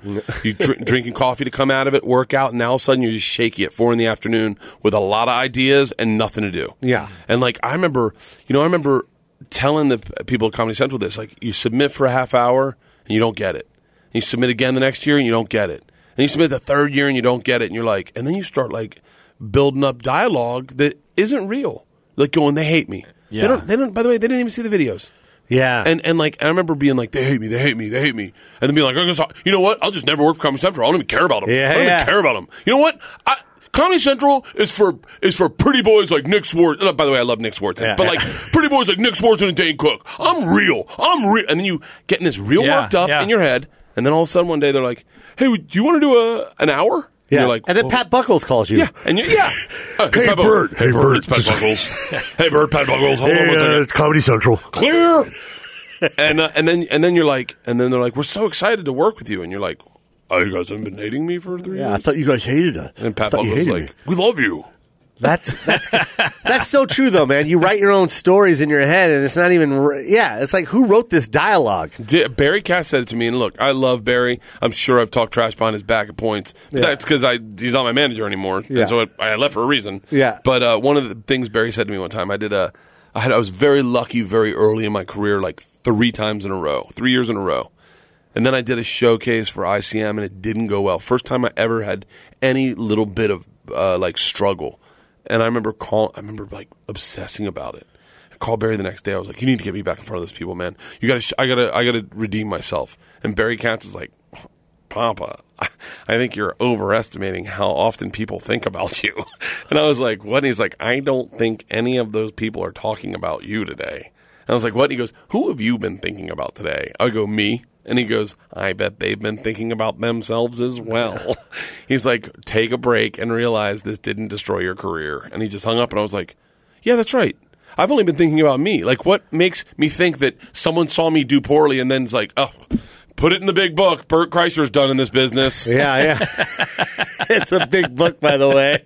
you dr- drinking coffee to come out of it, work out, and now all of a sudden you're just shaky at four in the afternoon with a lot of ideas and nothing to do. Yeah. and like I remember, you know, I remember telling the p- people at Comedy Central this: like, you submit for a half hour and you don't get it. And you submit again the next year and you don't get it. And you submit the third year and you don't get it. And you're like, and then you start like building up dialogue that isn't real. Like going, they hate me. They Yeah. don't. They don't. By the way, they didn't even see the videos. yeah, And and like I remember being like, they hate me, they hate me, they hate me, and then being like, I guess I, you know what? I'll just never work for Comedy Central. I don't even care about them. Yeah, I don't yeah. even care about them. You know what? I, Comedy Central is for is for pretty boys like Nick Swartz. uh, by the way, I love Nick Swartz, Yeah. but like pretty boys like Nick Swartz and Dane Cook. I'm real. I'm real. And then you getting this real Yeah, worked up yeah. in your head, and then all of a sudden one day they're like, Hey, do you want to do a an hour? And yeah. you're like, and then "Well, Pat Buckles calls you. yeah, and you, yeah. Uh, it's Hey, Pat Bert. Buckles. Hey, Bert. It's Pat Buckles. hey, uh, Bert. Pat Buckles. Hold uh, on one second. it's Comedy Central. clear. and uh, and then and then you're like, and then they're like, we're so excited to work with you, and you're like, oh, you guys haven't been hating me for three Yeah, I years. thought you guys hated us. and I Pat thought you Buckles hated like, me. we love you. That's that's that's so true though, man. You write your own stories in your head, and it's not even. r- Yeah, it's like who wrote this dialogue? D- Barry Cass said it to me, and look, I love Barry. I'm sure I've talked trash behind his back at points. But Yeah. That's because I he's not my manager anymore, Yeah. and so I, I left for a reason. Yeah. But uh, one of the things Barry said to me one time, I did a, I had I was very lucky very early in my career, like three times in a row, three years in a row, and then I did a showcase for ICM, and it didn't go well. First time I ever had any little bit of uh, like struggle, and I remember call, I remember like obsessing about it. I called Barry the next day. I was like, "You need to get me back in front of those people, man. You got to, sh- I got to, I got to redeem myself." And Barry Katz is like, Papa, I I think you're overestimating how often people think about you. And I was like, what? And he's like, I don't think any of those people are talking about you today. And I was like, what? And he goes, who have you been thinking about today? I go, me. And he goes, I bet they've been thinking about themselves as well. he's like, take a break and realize this didn't destroy your career. And he just hung up and I was like, yeah, that's right. I've only been thinking about me. Like, what makes me think that someone saw me do poorly and then's like, oh, put it in the big book. Bert Kreischer's done in this business. Yeah, yeah. it's a big book, by the way.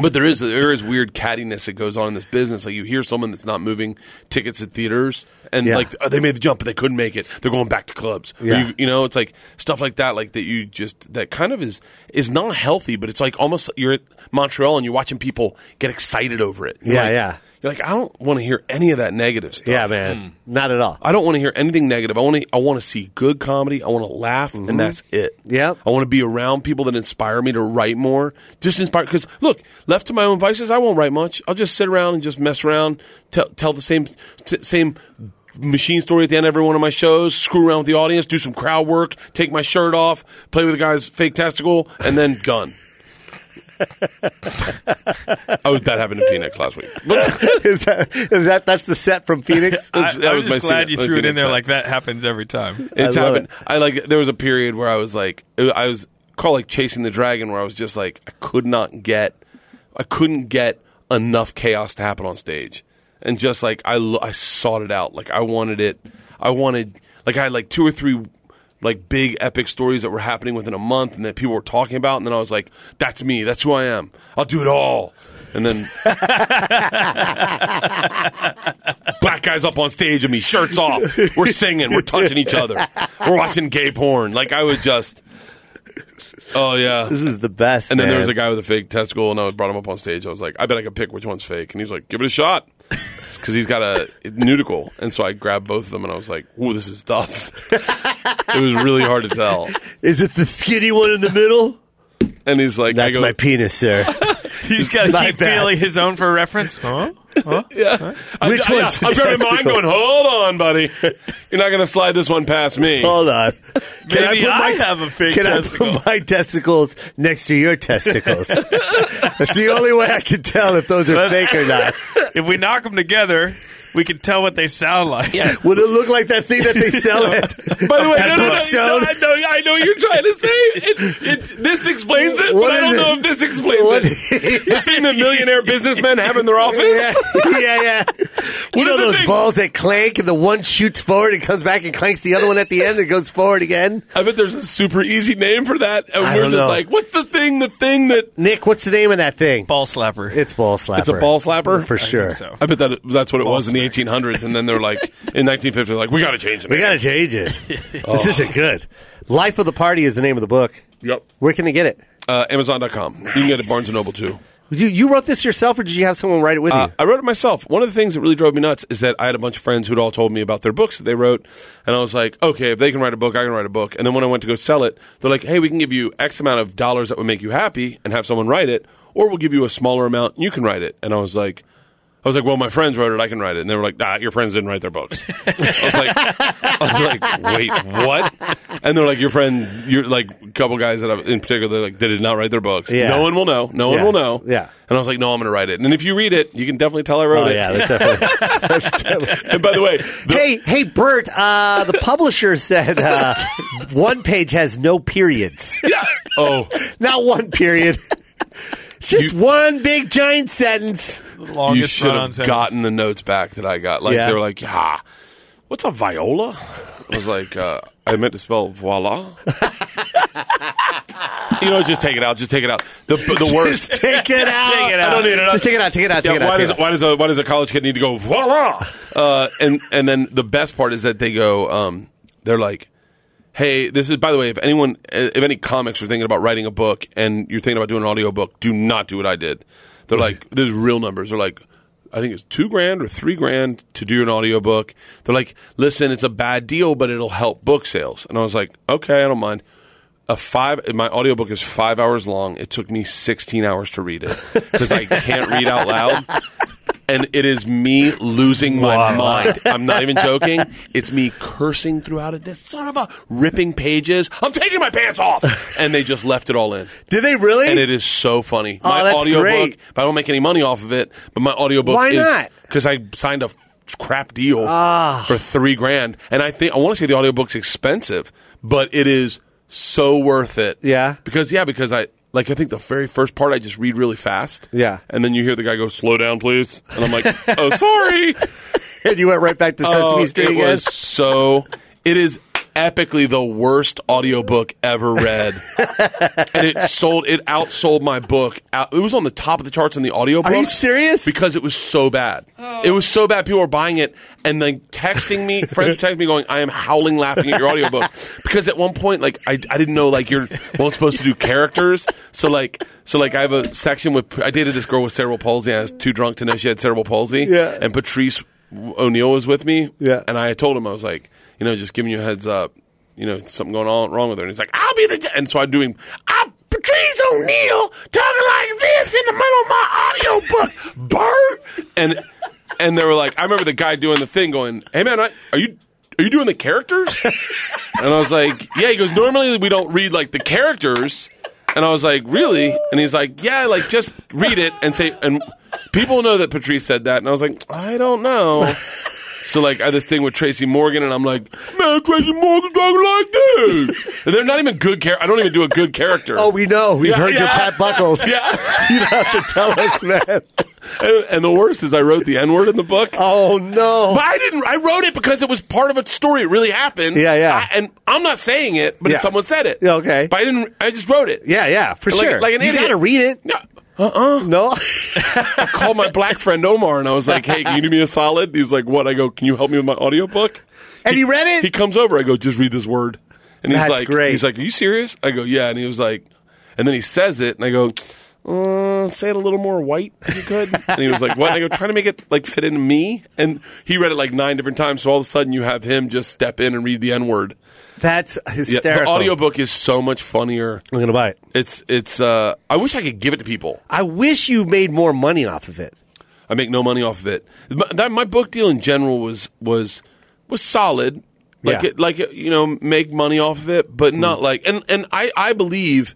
But there is there is weird cattiness that goes on in this business. Like you hear someone that's not moving tickets at theaters, and Yeah. like oh, they made the jump, but they couldn't make it. They're going back to clubs. Or Yeah. You, you know, it's like stuff like that. Like that you just that kind of is is not healthy, but it's like almost you're at Montreal and you're watching people get excited over it. You're Yeah, like- oh, hmm. yeah. You're like, I don't want to hear any of that negative stuff. Yeah, man. Not at all. I don't want to hear anything negative. I want to I want to see good comedy. I want to laugh, and that's it. Yep. I want to be around people that inspire me to write more. Just inspire because look, left to my own vices, I won't write much. I'll just sit around and just mess around, tell tell the same t- same machine story at the end of every one of my shows. Screw around with the audience, do some crowd work, take my shirt off, play with the guy's fake testicle, and then done. I was that happened in Phoenix last week. But- Is that, is that that's the set from Phoenix? I, that I'm was my just glad scene. you That was threw it in Phoenix there Suns. like that happens every time. It's I love happened. I like. There was a period where I was like, I was called like chasing the dragon, where I was just like, I could not get, I couldn't get enough chaos to happen on stage, and just like I, lo- I sought it out. Like I wanted it. I wanted like I had like two or three like big epic stories that were happening within a month and that people were talking about, and then I was like, that's me. That's who I am. I'll do it all. And then black guys up on stage and me shirts off. We're singing, we're touching each other, we're watching gay porn. Like I was just, oh yeah. This is the best. And then there man. was a guy with a fake testicle, and I brought him up on stage. I was like, I bet I could pick which one's fake, and he's like, give it a shot, because he's got a nudicle. And so I grabbed both of them, and I was like, ooh, this is tough. it was really hard to tell. Is it the skinny one in the middle? And he's like, I That's go, my penis, sir. He's got to My keep bad. feeling his own for reference. Huh? yeah. I- Which I- one's the I'm grabbing mine, testicle? going, hold on, buddy, you're not gonna slide this one past me. Hold on. Can Maybe put I my- have a fake Can I testicle. put my testicles next to your testicles? That's the only way I can tell if those are fake or not. If we knock them together, we can tell what they sound like. Would it look like that thing that they sell at? By the way, no, no, no, Brookstone? no, I know, I know what you're trying to say it, it, this explains it, What but I is don't it? know if this explains What- it. You've seen the millionaire businessmen have in their office. yeah, yeah, yeah. You is know the those thing? balls that clank, and the one shoots forward and comes back and clanks the other one at the end and goes forward again. I bet there's a super easy name for that, and I we're don't just know. like, what's the thing? The thing that Nick, what's the name of that thing? Ball slapper. It's ball slapper. it's a ball slapper for sure. so. I bet that that's what it was in the 1800s, and then they're like in 1950, like we got to change it. We gotta change it. Oh. This isn't good. Life of the Party is the name of the book. Yep. Where can they get it? Uh, Amazon.com. You can get it at Barnes and Noble too. You, you wrote this yourself, or did you have someone write it with Uh, I wrote it myself. One of the things that really drove me nuts is that I had a bunch of friends who'd all told me about their books that they wrote, and I was like, okay, if they can write a book, I can write a book. And then when I went to go sell it, they're like, hey, we can give you X amount of dollars that would make you happy and have someone write it, or we'll give you a smaller amount and you can write it. And I was like. I was like, well, my friends wrote it. I can write it. And they were like, nah, your friends didn't write their books. I was like, I was like, wait, what? And they're like, your friends, you're like a couple guys that I, in particular, they're like, they did not write their books. Yeah. No one will know. No Yeah. one will know. Yeah. And I was like, no, I'm going to write it. And if you read it, you can definitely tell I you? wrote Oh it. yeah, that's definitely. that's definitely- And by the way, the, hey, hey, Bert. Uh, the publisher said uh, one page has no periods. oh, Not one period. Just You- one big giant sentence. you Longest should run on have sentence. gotten the notes back that I got. Like Yeah. they were like, ah, what's a viola? I was like, uh, I meant to spell voila. you know, just take it out. Just take it out. The the worst. Just take it out. Take it out. I don't need it. Just take it out. Take it out. Take Yeah, it out. why take does it out. why does a why does a college kid need to go voila? Uh, and and then the best part is that they go, um, they're like, hey, this is by the way, if anyone, if any comics are thinking about writing a book and you're thinking about doing an audio book, do not do what I did. They're like, there's real numbers. They're like. I think it's two grand or three grand to do an audiobook. They're like, listen, it's a bad deal, but it'll help book sales. And I was like, okay, I don't mind a five my audiobook is five hours long it took me 16 hours to read it because i can't read out loud and it is me losing my mind i'm not even joking it's me cursing throughout it this son of a ripping pages i'm taking my pants off and they just left it all in Did they really? Oh, and it is so funny my that's audiobook great. but i don't make any money off of it but my audiobook Why is not? Ah. because i signed a crap deal for three grand and i think i want to say the audiobook's expensive but it is so worth it Yeah. because yeah because i like i think the very first part i just read really fast Yeah. and then you hear the guy go slow down please and i'm like oh sorry and you went right back to Sesame Oh, Street it again. was so it is epically the worst audiobook ever read and it sold it outsold my book out, it was on the top of the charts in the audiobook Are you serious? because it was so bad it was so bad people were buying it and then texting me friends texting me going i am howling laughing at your audiobook because at one point like i, I didn't know like you're well supposed to do characters so like so like i have a section with i dated this girl with cerebral palsy and i was too drunk to know she had cerebral palsy Yeah. and Patrice O'Neill was with me. Yeah. And I told him, I was like, you know, just giving you a heads up, you know, something going on wrong with her. And he's like, I'll be the. j-" And so I'm doing, I'm "Ah, Patrice O'Neill talking like this in the middle of my audiobook, Bert. And, and they were like, I remember the guy doing the thing going, hey man, I- are you. Are you doing the characters? and I was like, Yeah. He goes, Normally we don't read like the characters. And I was like, really? And he's like, yeah, like just read it and say. And people know that Patrice said that, and I was like, I don't know. So like, I had this thing with Tracy Morgan, and I'm like, man, Tracy Morgan's talking like this. And they're not even good character. I don't even do a good character. Oh, we know. We've Yeah, heard your yeah. Pat Buckles. yeah. You don't have to tell us, man. And, and the worst is, I wrote the N word in the book. Oh no. But I didn't. I wrote it because it was part of a story. It really happened. Yeah, yeah. I, and I'm not saying it, but Yeah. someone said it. Yeah, okay. But I didn't. I just wrote it. yeah, yeah, for Like- sure. like an you idiot. gotta read it. No. No, called my black friend Omar and I was like, "Hey, can you do me a solid?" He's like, "What?" I go, "Can you help me with my audiobook?" and he read it. He comes over. I go, "Just read this word." And he's That's like, great. "He's like, are you serious?" I go, "Yeah." And he was like, and then he says it, and I go, uh, "Say it a little more white, if you could." and he was like, "What?" And I go, "Trying to make it like fit into me." And he read it like nine different times. So all of a sudden, you have him just step in and read the N word. That's Yeah, hysterical. the audiobook is so much funnier. I'm gonna buy it. It's it's. Uh, I wish I could give it to people. I wish you made more money off of it. I make no money off of it. My, that, my book deal in general was was was solid. Like Yeah. it, like it, you know, make money off of it, but not like and and I I believe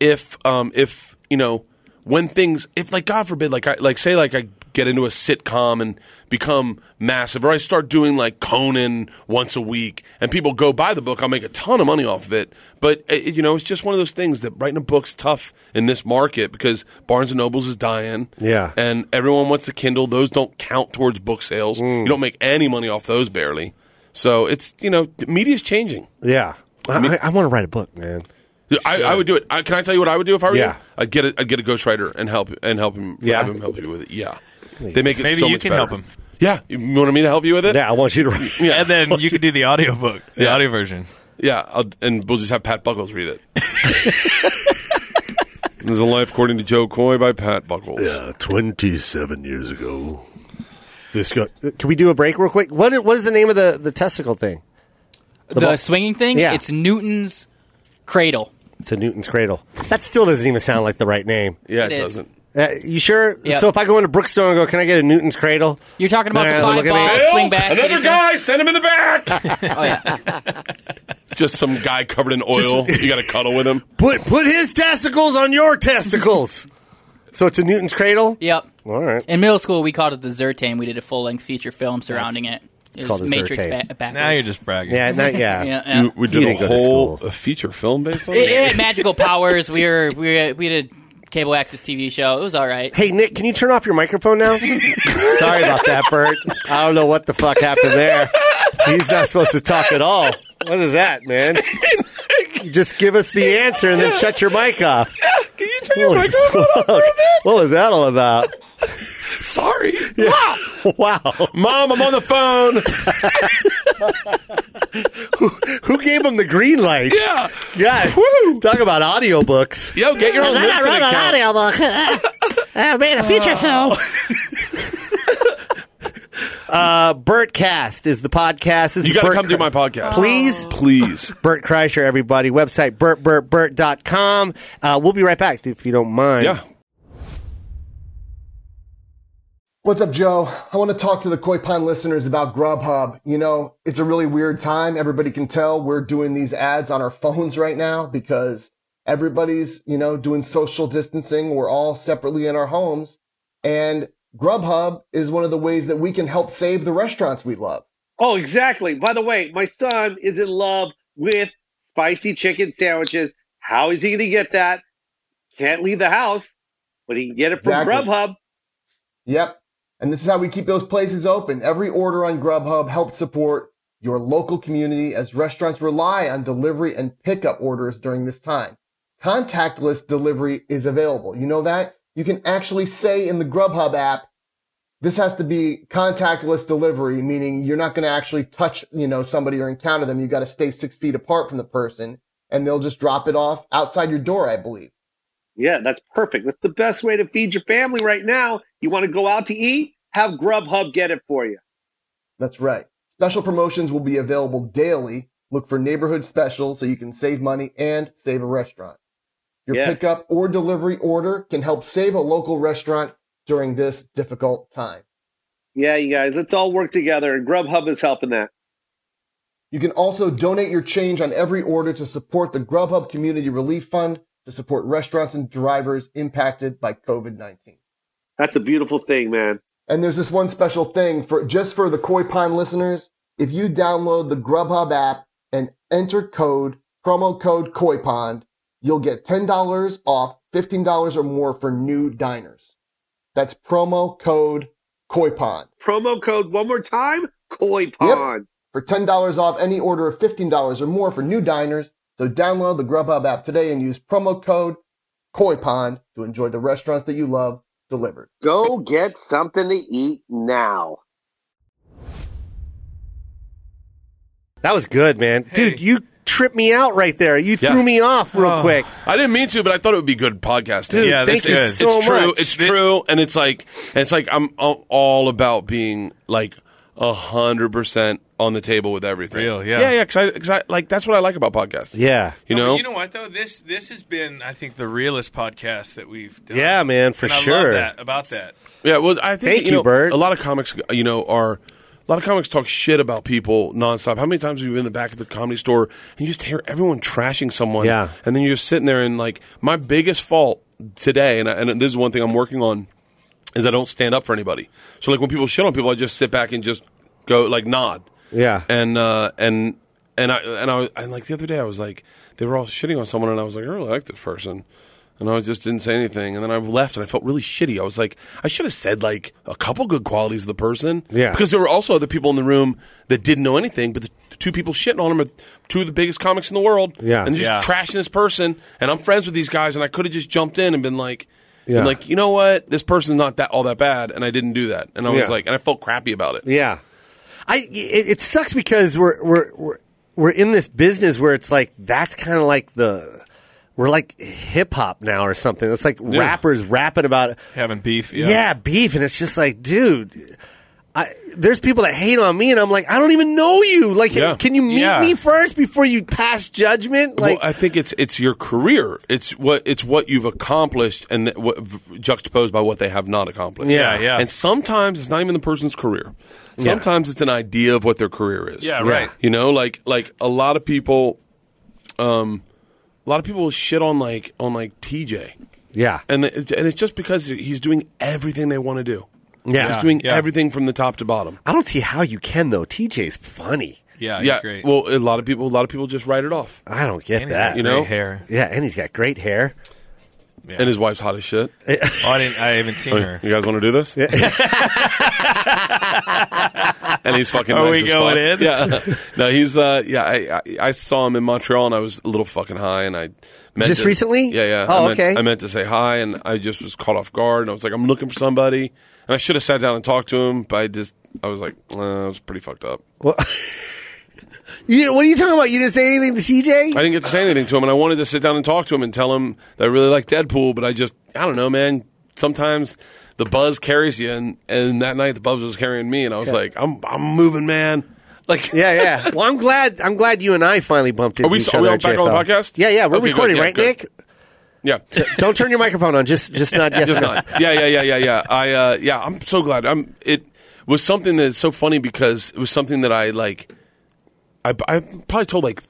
if um if you know when things if like God forbid like I like say like I get into a sitcom and become massive, or I start doing like Conan once a week, and people go buy the book, I'll make a ton of money off of it. But uh, you know, it's just one of those things that writing a book's tough in this market because Barnes and Nobles is dying, Yeah. and everyone wants the Kindle. Those don't count towards book sales. You don't make any money off those barely. So it's you know, media's changing. Yeah. I, I, want to write a book, man. Yeah, I, I would do it. I, can I tell you what I would do if I were Yeah. you? I'd get a, I'd get a ghostwriter and help and help him. Yeah. have him help you with it. Yeah, they make it Maybe so you much can better. help him. Yeah, you wanted me to help you with it. Yeah, I want you to write. And then you could do the audiobook, the Yeah. audio version. yeah, I'll, and we'll just have Pat Buckles read it. There's a life according to Joe Coy by Pat Buckles. Uh, 27 years ago. This got. Uh, Can we do a break real quick? What is, what is the name of the, the testicle thing? The, ball- swinging thing? Yeah. It's Newton's cradle. It's a Newton's Cradle. That still doesn't even sound like the right name. Yeah, It it, is. doesn't. Uh, you sure? Yep. So if I go into Brookstone and go, can I get a Newton's Cradle? You're talking about Nah, the five look at ball me. swing back. Another He's- guy, send him in the back. Oh, yeah. just some guy covered in oil. you got to cuddle with him. Put put his testicles on your testicles. so it's a Newton's Cradle. Yep. All right. In middle school, we called it the Zertane. We did a full length feature film surrounding it. It's called the Matrix Zyrtane. ba- backwards. Now you're just bragging. Yeah, not yeah. Yeah, yeah. We did didn't a go to whole school. a feature film based on It, it had magical powers. We were we were, we did cable access TV show. It was all right. Hey Nick, can you turn off your microphone now? Sorry about that, Bert. I don't know what the fuck happened there. He's not supposed to talk at all. What is that, man? Just give us the answer and then shut your mic off. Can you turn Holy smoke. What was that all about? Sorry, Wow. Mom, I'm on the phone. Who gave him the green light? yeah, Yeah. Talk about audiobooks. yo, get your own Libsyn account. made a feature film. Uh, Burtcast is the podcast. This You is got to Bert come do Cr- my podcast. Please? Oh. Please. Bert Kreischer, everybody. Website burtburtburt.com. Uh, we'll be right back if you don't mind. Yeah. What's up, Joe? I want to talk to the Koi Pond listeners about Grubhub. You know, it's a really weird time. Everybody can tell we're doing these ads on our phones right now because everybody's, you know, doing social distancing. We're all separately in our homes. And Grubhub is one of the ways that we can help save the restaurants we love. Oh, exactly. By the way, my son is in love with spicy chicken sandwiches. How is he going to get that? Can't leave the house, but he can get it from Exactly. Grubhub. Yep. And this is how we keep those places open. Every order on Grubhub helps support your local community as restaurants rely on delivery and pickup orders during this time. Contactless delivery is available. You know that? You can actually say in the Grubhub app, this has to be contactless delivery, meaning you're not going to actually touch, you know, somebody or encounter them. You got to stay six feet apart from the person and they'll just drop it off outside your door, I believe. Yeah, that's perfect. That's the best way to feed your family right now. You want to go out to eat? Have Grubhub get it for you. That's right. Special promotions will be available daily. Look for neighborhood specials so you can save money and save a restaurant. Your Yes. pickup or delivery order can help save a local restaurant during this difficult time. Yeah, you guys, let's all work together, and Grubhub is helping that. You can also donate your change on every order to support the Grubhub Community Relief Fund to support restaurants and drivers impacted by COVID 19. That's a beautiful thing, man. And there's this one special thing for just for the Koi Pond listeners. If you download the Grubhub app and enter code promo code Koi Pond, you'll get ten dollars off fifteen dollars or more for new diners. That's promo code Koi Pond Promo code one more time Koi Pond. for ten dollars off any order of fifteen dollars or more for new diners. So download the Grubhub app today and use promo code Koi Pond to enjoy the restaurants that you love delivered. Go get something to eat now. That was good, man. Dude, you tripped me out right there. You Yeah. threw me off real quick. I didn't mean to, but I thought it would be good podcasting. Dude, Yeah, thank that's you good. so it's true. much. It's true, and it's like and it's like I'm all- all about being like a hundred percent on the table with everything. Real, yeah. yeah, yeah. Because I, 'cause I like that's what I like about podcasts. yeah. you No, but know, you know what though? This this has been, I think, the realest podcast that we've done. Yeah, man, for and I sure. love that about that. Yeah, well, I think Thank you you, know Bert. a lot of comics, you know, are a lot of comics talk shit about people nonstop. How many times have you been in the back of the comedy store and you just hear everyone trashing someone? Yeah. and then you're just sitting there and like my biggest fault today, and I, and this is one thing I'm working on is I don't stand up for anybody. So like when people shit on people, I just sit back and just go like nod. Yeah. And uh, and and I and I and like the other day I was like they were all shitting on someone and I was like I really like this person. And I just didn't say anything, and then I left, and I felt really shitty. I was like, I should have said like a couple good qualities of the person, Yeah. Because there were also other people in the room that didn't know anything, but the, the two people shitting on him are two of the biggest comics in the world, Yeah. And they're just Yeah. trashing this person, and I'm friends with these guys, and I could have just jumped in and been like, Yeah. been like, you know what? This person's not that all that bad, and I didn't do that. And I was Yeah. like, and I felt crappy about it. Yeah, I it, it sucks because we're we're we're we're in this business where it's like that's kind of like the we're like hip hop now or something. It's like rappers rapping about Having beef. yeah. beef, and it's just like dude. I, there's people that hate on me, and I'm like, I don't even know you. Like, Yeah. can you meet Yeah. me first before you pass judgment? Like, well, I think it's it's your career. It's what it's what you've accomplished, and th- what, v- juxtaposed by what they have not accomplished. Yeah, Yeah, yeah. And sometimes it's not even the person's career. Sometimes it's an idea of what their career is. Yeah, right. You know, like like a lot of people, um, a lot of people shit on like on like TJ, yeah, and the, and it's just because he's doing everything they want to do. yeah. He's doing yeah. everything from the top to bottom. I don't see how you can though. TJ's funny. Yeah, Oh, he's yeah. great. Well, a lot of people, a lot of people just write it off. I don't get and he's that. got you great know? hair. yeah, and he's got great hair. And his wife's hot as shit. Oh, I didn't. I haven't seen her. You guys want to do this? and he's fucking. Are we nice as going fuck. in? Yeah. No, he's. Uh, yeah, I, I I saw him in Montreal, and I was a little fucking high, and I meant Just to- recently? Yeah, yeah. Oh, I meant, okay. I meant to say hi, and I just was caught off guard, and I was like, I'm looking for somebody, and I should have sat down and talked to him, but I just, I was like, uh, I was pretty fucked up. You, what are you talking about? You didn't say anything to TJ? I didn't get to say anything to him, and I wanted to sit down and talk to him and tell him that I really like Deadpool, but I just, I don't know, man. Sometimes the buzz carries you, and, and that night the buzz was carrying me, and I was like, I'm, I'm moving, man. Like, Yeah, yeah. Well, I'm glad. I'm glad you and I finally bumped into Are we- each are we other on- at back on the JFL. podcast? Yeah, yeah. We're Okay, good. recording, Yeah, right, good. Nick? yeah. Don't turn your microphone on. Just, just not yes. Just no. not. Yeah, yeah, yeah, yeah, yeah. I, uh, yeah, I'm so glad. I'm, it was something that's so funny because it was something that I, like, I, I probably told like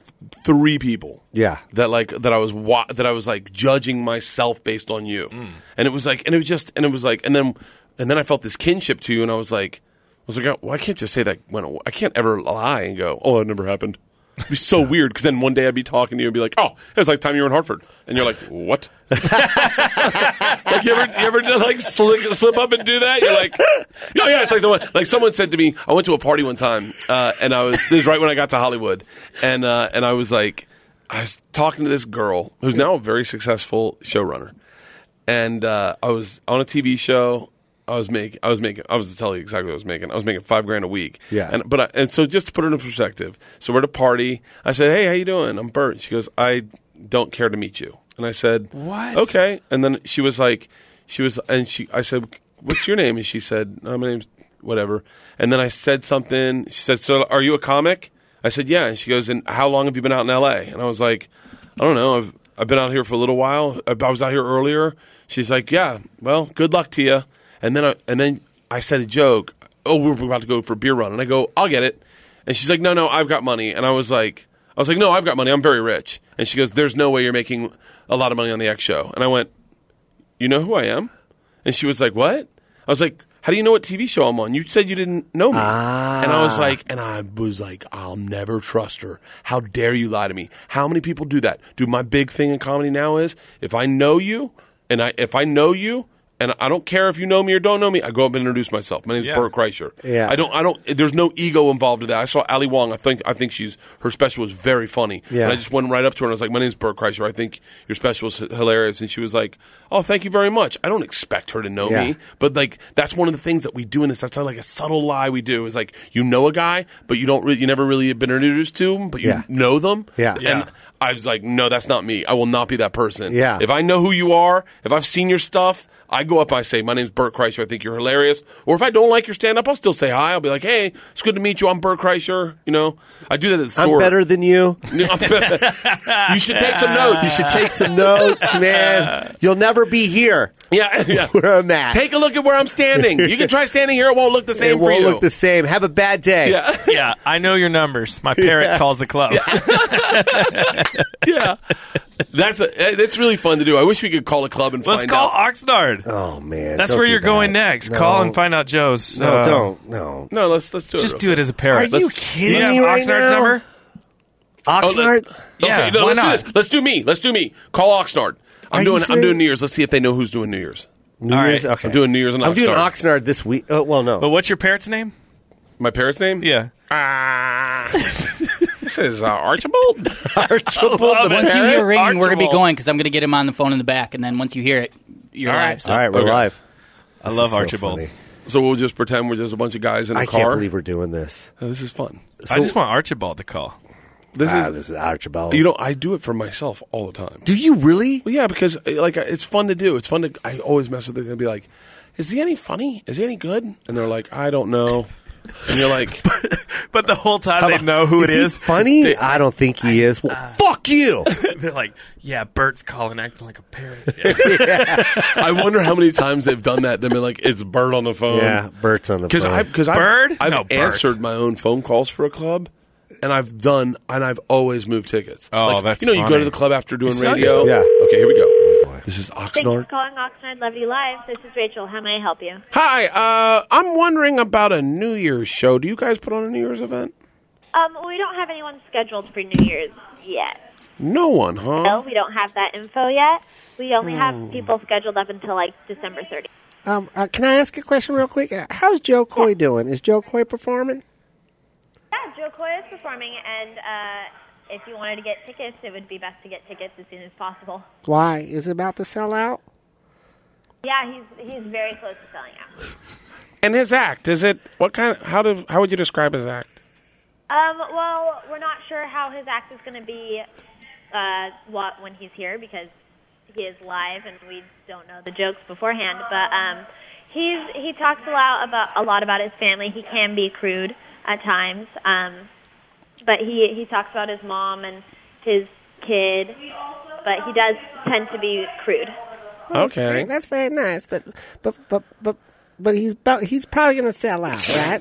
three people. Yeah. that like that I was wa- that I was like judging myself based on you, and it was like and it was just and it was like and then and then I felt this kinship to you, and I was like I was like oh, well I can't just say that went away. I can't ever lie and go oh it never happened. It'd be so weird because then one day I'd be talking to you and be like oh it was like time you were in Hartford, and you're like what? like you ever you ever did, like slip, slip up and do that? You're like no yeah it's like the one like someone said to me I went to a party one time uh, and I was this is right when I got to Hollywood and uh, and I was like. I was talking to this girl who's now a very successful showrunner, and uh, I was on a TV show. I was making, I was making, I was to tell you exactly what I was making. I was making five grand a week. Yeah. And but I, and so just to put it in perspective, so we're at a party. I said, "Hey, how you doing?" I'm Bert. She goes, "I don't care to meet you." And I said, What? Okay. And then she was like, she was, and she, I said, "What's your name?" And she said, oh, "My name's whatever." And then I said something. She said, "So are you a comic?" I said, "Yeah." And she goes, "And how long have you been out in L.A.?" And I was like, "I don't know. I've I've been out here for a little while. I I was out here earlier." She's like, "Yeah. Well, good luck to you." And then I, and then I said a joke. Oh, we're about to go for a beer run, and I go, "I'll get it." And she's like, "No, no, I've got money." And I was like, "I was like, no, I've got money. I'm very rich." And she goes, "There's no way you're making a lot of money on the X show." And I went, "You know who I am?" And she was like, "What?" I was like, "How do you know what TV show I'm on? You said you didn't know me." And I was like, and I was like, "I'll never trust her. How dare you lie to me? How many people do that? Dude, my big thing in comedy now is if I know you and I if I know you and I don't care if you know me or don't know me. I go up and introduce myself. My name's Yeah. Bert Kreischer. Yeah. I don't. I don't. There's no ego involved in that. I saw Ali Wong. I think. I think she's her special was very funny. Yeah. And I just went right up to her and I was like, "My name's Bert Kreischer. I think your special is h- hilarious." And she was like, "Oh, thank you very much. I don't expect her to know Yeah. me, but like that's one of the things that we do in this. That's like a subtle lie we do is like you know a guy, but you don't. Re- you never really have been introduced to him, but you Yeah. know them. Yeah. And Yeah. I was like, "No, that's not me. I will not be that person. Yeah. If I know who you are, if I've seen your stuff, I go up, I say, My name's Bert Kreischer. I think you're hilarious. Or if I don't like your stand up, I'll still say hi. I'll be like, Hey, it's good to meet you. I'm Bert Kreischer. You know, I do that at the I'm store. better than you. I'm better. you should take some You notes. should take some notes, man. You'll never be here yeah. yeah. where I'm at. Take a look at where I'm standing. You can try standing here. It won't look the same it won't for you. look the same. Have a bad day. yeah. Yeah, I know your numbers. My parrot calls the club. yeah. That's a, eh, that's really fun to do. I wish we could call a club and Let's find call out. Oxnard. Oh man, That's don't where do you're that. going next. No. Call and find out Joe's. No, Um, uh, don't. No. No, let's let's do it. Just real do it quick. as a parrot. Are you Let's- kidding Yeah, me right Oxnard's now? number. Oxnard. Yeah, okay, no, why let's not? do this. Let's do me. Let's do me. Call Oxnard. I'm Are you doing I'm serious? doing New Year's. Let's see if they know who's doing New Year's. New All Year's. right. Okay. I'm doing New Year's and I'm doing Oxnard. Oh, Oxnard this week. Uh, well, no. But what's your parrot's name? My parents' name? Yeah. Ah. this is uh, Archibald. Archibald the Once you hear ringing, we're gonna be Archibald. going because I'm gonna get him on the phone in the back, and then once you hear it, you're All right. live. So. All right, we're Okay. live. I love so Archibald. funny. So we'll just pretend we're just a bunch of guys in a I car. can't believe we're doing this. Oh, this is fun. I just want Archibald to call. This Ah, is this is Archibald. you know I do it for myself all the time. do you really? Well, yeah, because uh, like I- it's fun to do. It's fun to. I always mess with them and be like, "Is he any funny? Is he any good?" And they're like, "I don't know." And you're like, But the whole time How they about- know who it he is. funny? They, I don't think he is. Well, Ah. fuck you. are like, yeah, Bert's calling, acting like a parrot. "I wonder how many times they've done that." They've been like, "It's Bird on the phone." yeah, Bert's on the because phone. I because I've, Bird? I've No, Bert. answered my own phone calls for a club, and I've done and I've always moved tickets. Oh, Like, that's you know you go funny. to the club after doing You sell radio. yourself. Yeah. Oh, Okay, here we go. This is Thanks for Oxnard. calling Oxnard Levity Live. This is Rachel. How may I help you? Hi, uh, I'm wondering about a New Year's show. Do you guys put on a New Year's event? Um, we don't have anyone scheduled for New Year's yet. No one, huh? No, we don't have that info yet. We only have people scheduled up until like December 30th. Hmm. Um, uh, can I ask a question real quick? Uh, how's Joe Coy doing? Is Joe Coy performing? Yeah, Joe Coy is performing, and uh, if you wanted to get tickets, it would be best to get tickets as soon as possible. Why? Is it about to sell out? Yeah, he's he's very close to selling out. And his act is it what kind? Of, how do how would you describe his act? Um, well, we're not sure how his act is going to be uh, what when he's here because he is live and we don't know the jokes beforehand. But um, he's he talks a lot about a lot about his family. He can be crude at times, um, but he he talks about his mom and his kid. But he does tend to be crude. Okay, That's very nice, but but but but but he's about, he's probably going to sell out, right?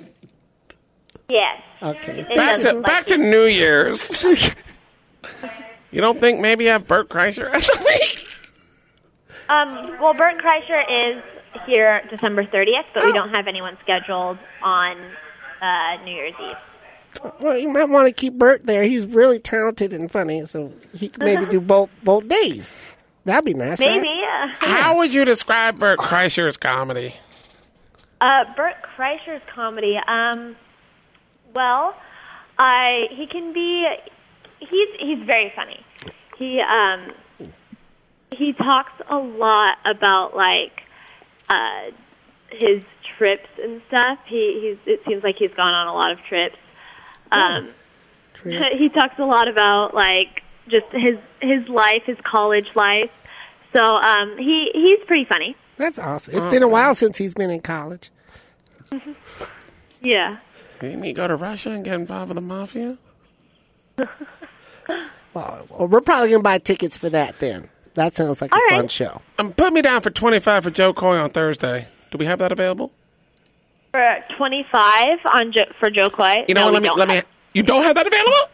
Yes. Okay. It back does to look back like to New Year's. you don't think maybe have Bert Kreischer? Um, well, Bert Kreischer is here December 30th, but we don't have anyone scheduled on uh, New Year's Eve. Well, you might want to keep Bert there. He's really talented and funny, so he could maybe do both both days. That'd be nice, right? Maybe. Uh, how would you describe Bert Kreischer's comedy? uh, Bert Kreischer's comedy. Um, well, I he can be. He's he's very funny. He um, he talks a lot about like uh, his trips and stuff. He he's it seems like he's gone on a lot of trips. Um, he talks a lot about like just his his life, his college life. So um, he he's pretty funny. That's awesome. It's been a while since he's been in college. Yeah. Didn't he go to Russia and get involved with the mafia? Well, we're probably going to buy tickets for that then. That sounds like All a right. fun show. Um, put me down for twenty five for Joe Coy on Thursday. Do we have that available? for 25 on jo- for Joe Coy. You know, no, we what, let me don't let me. have- You don't have that available?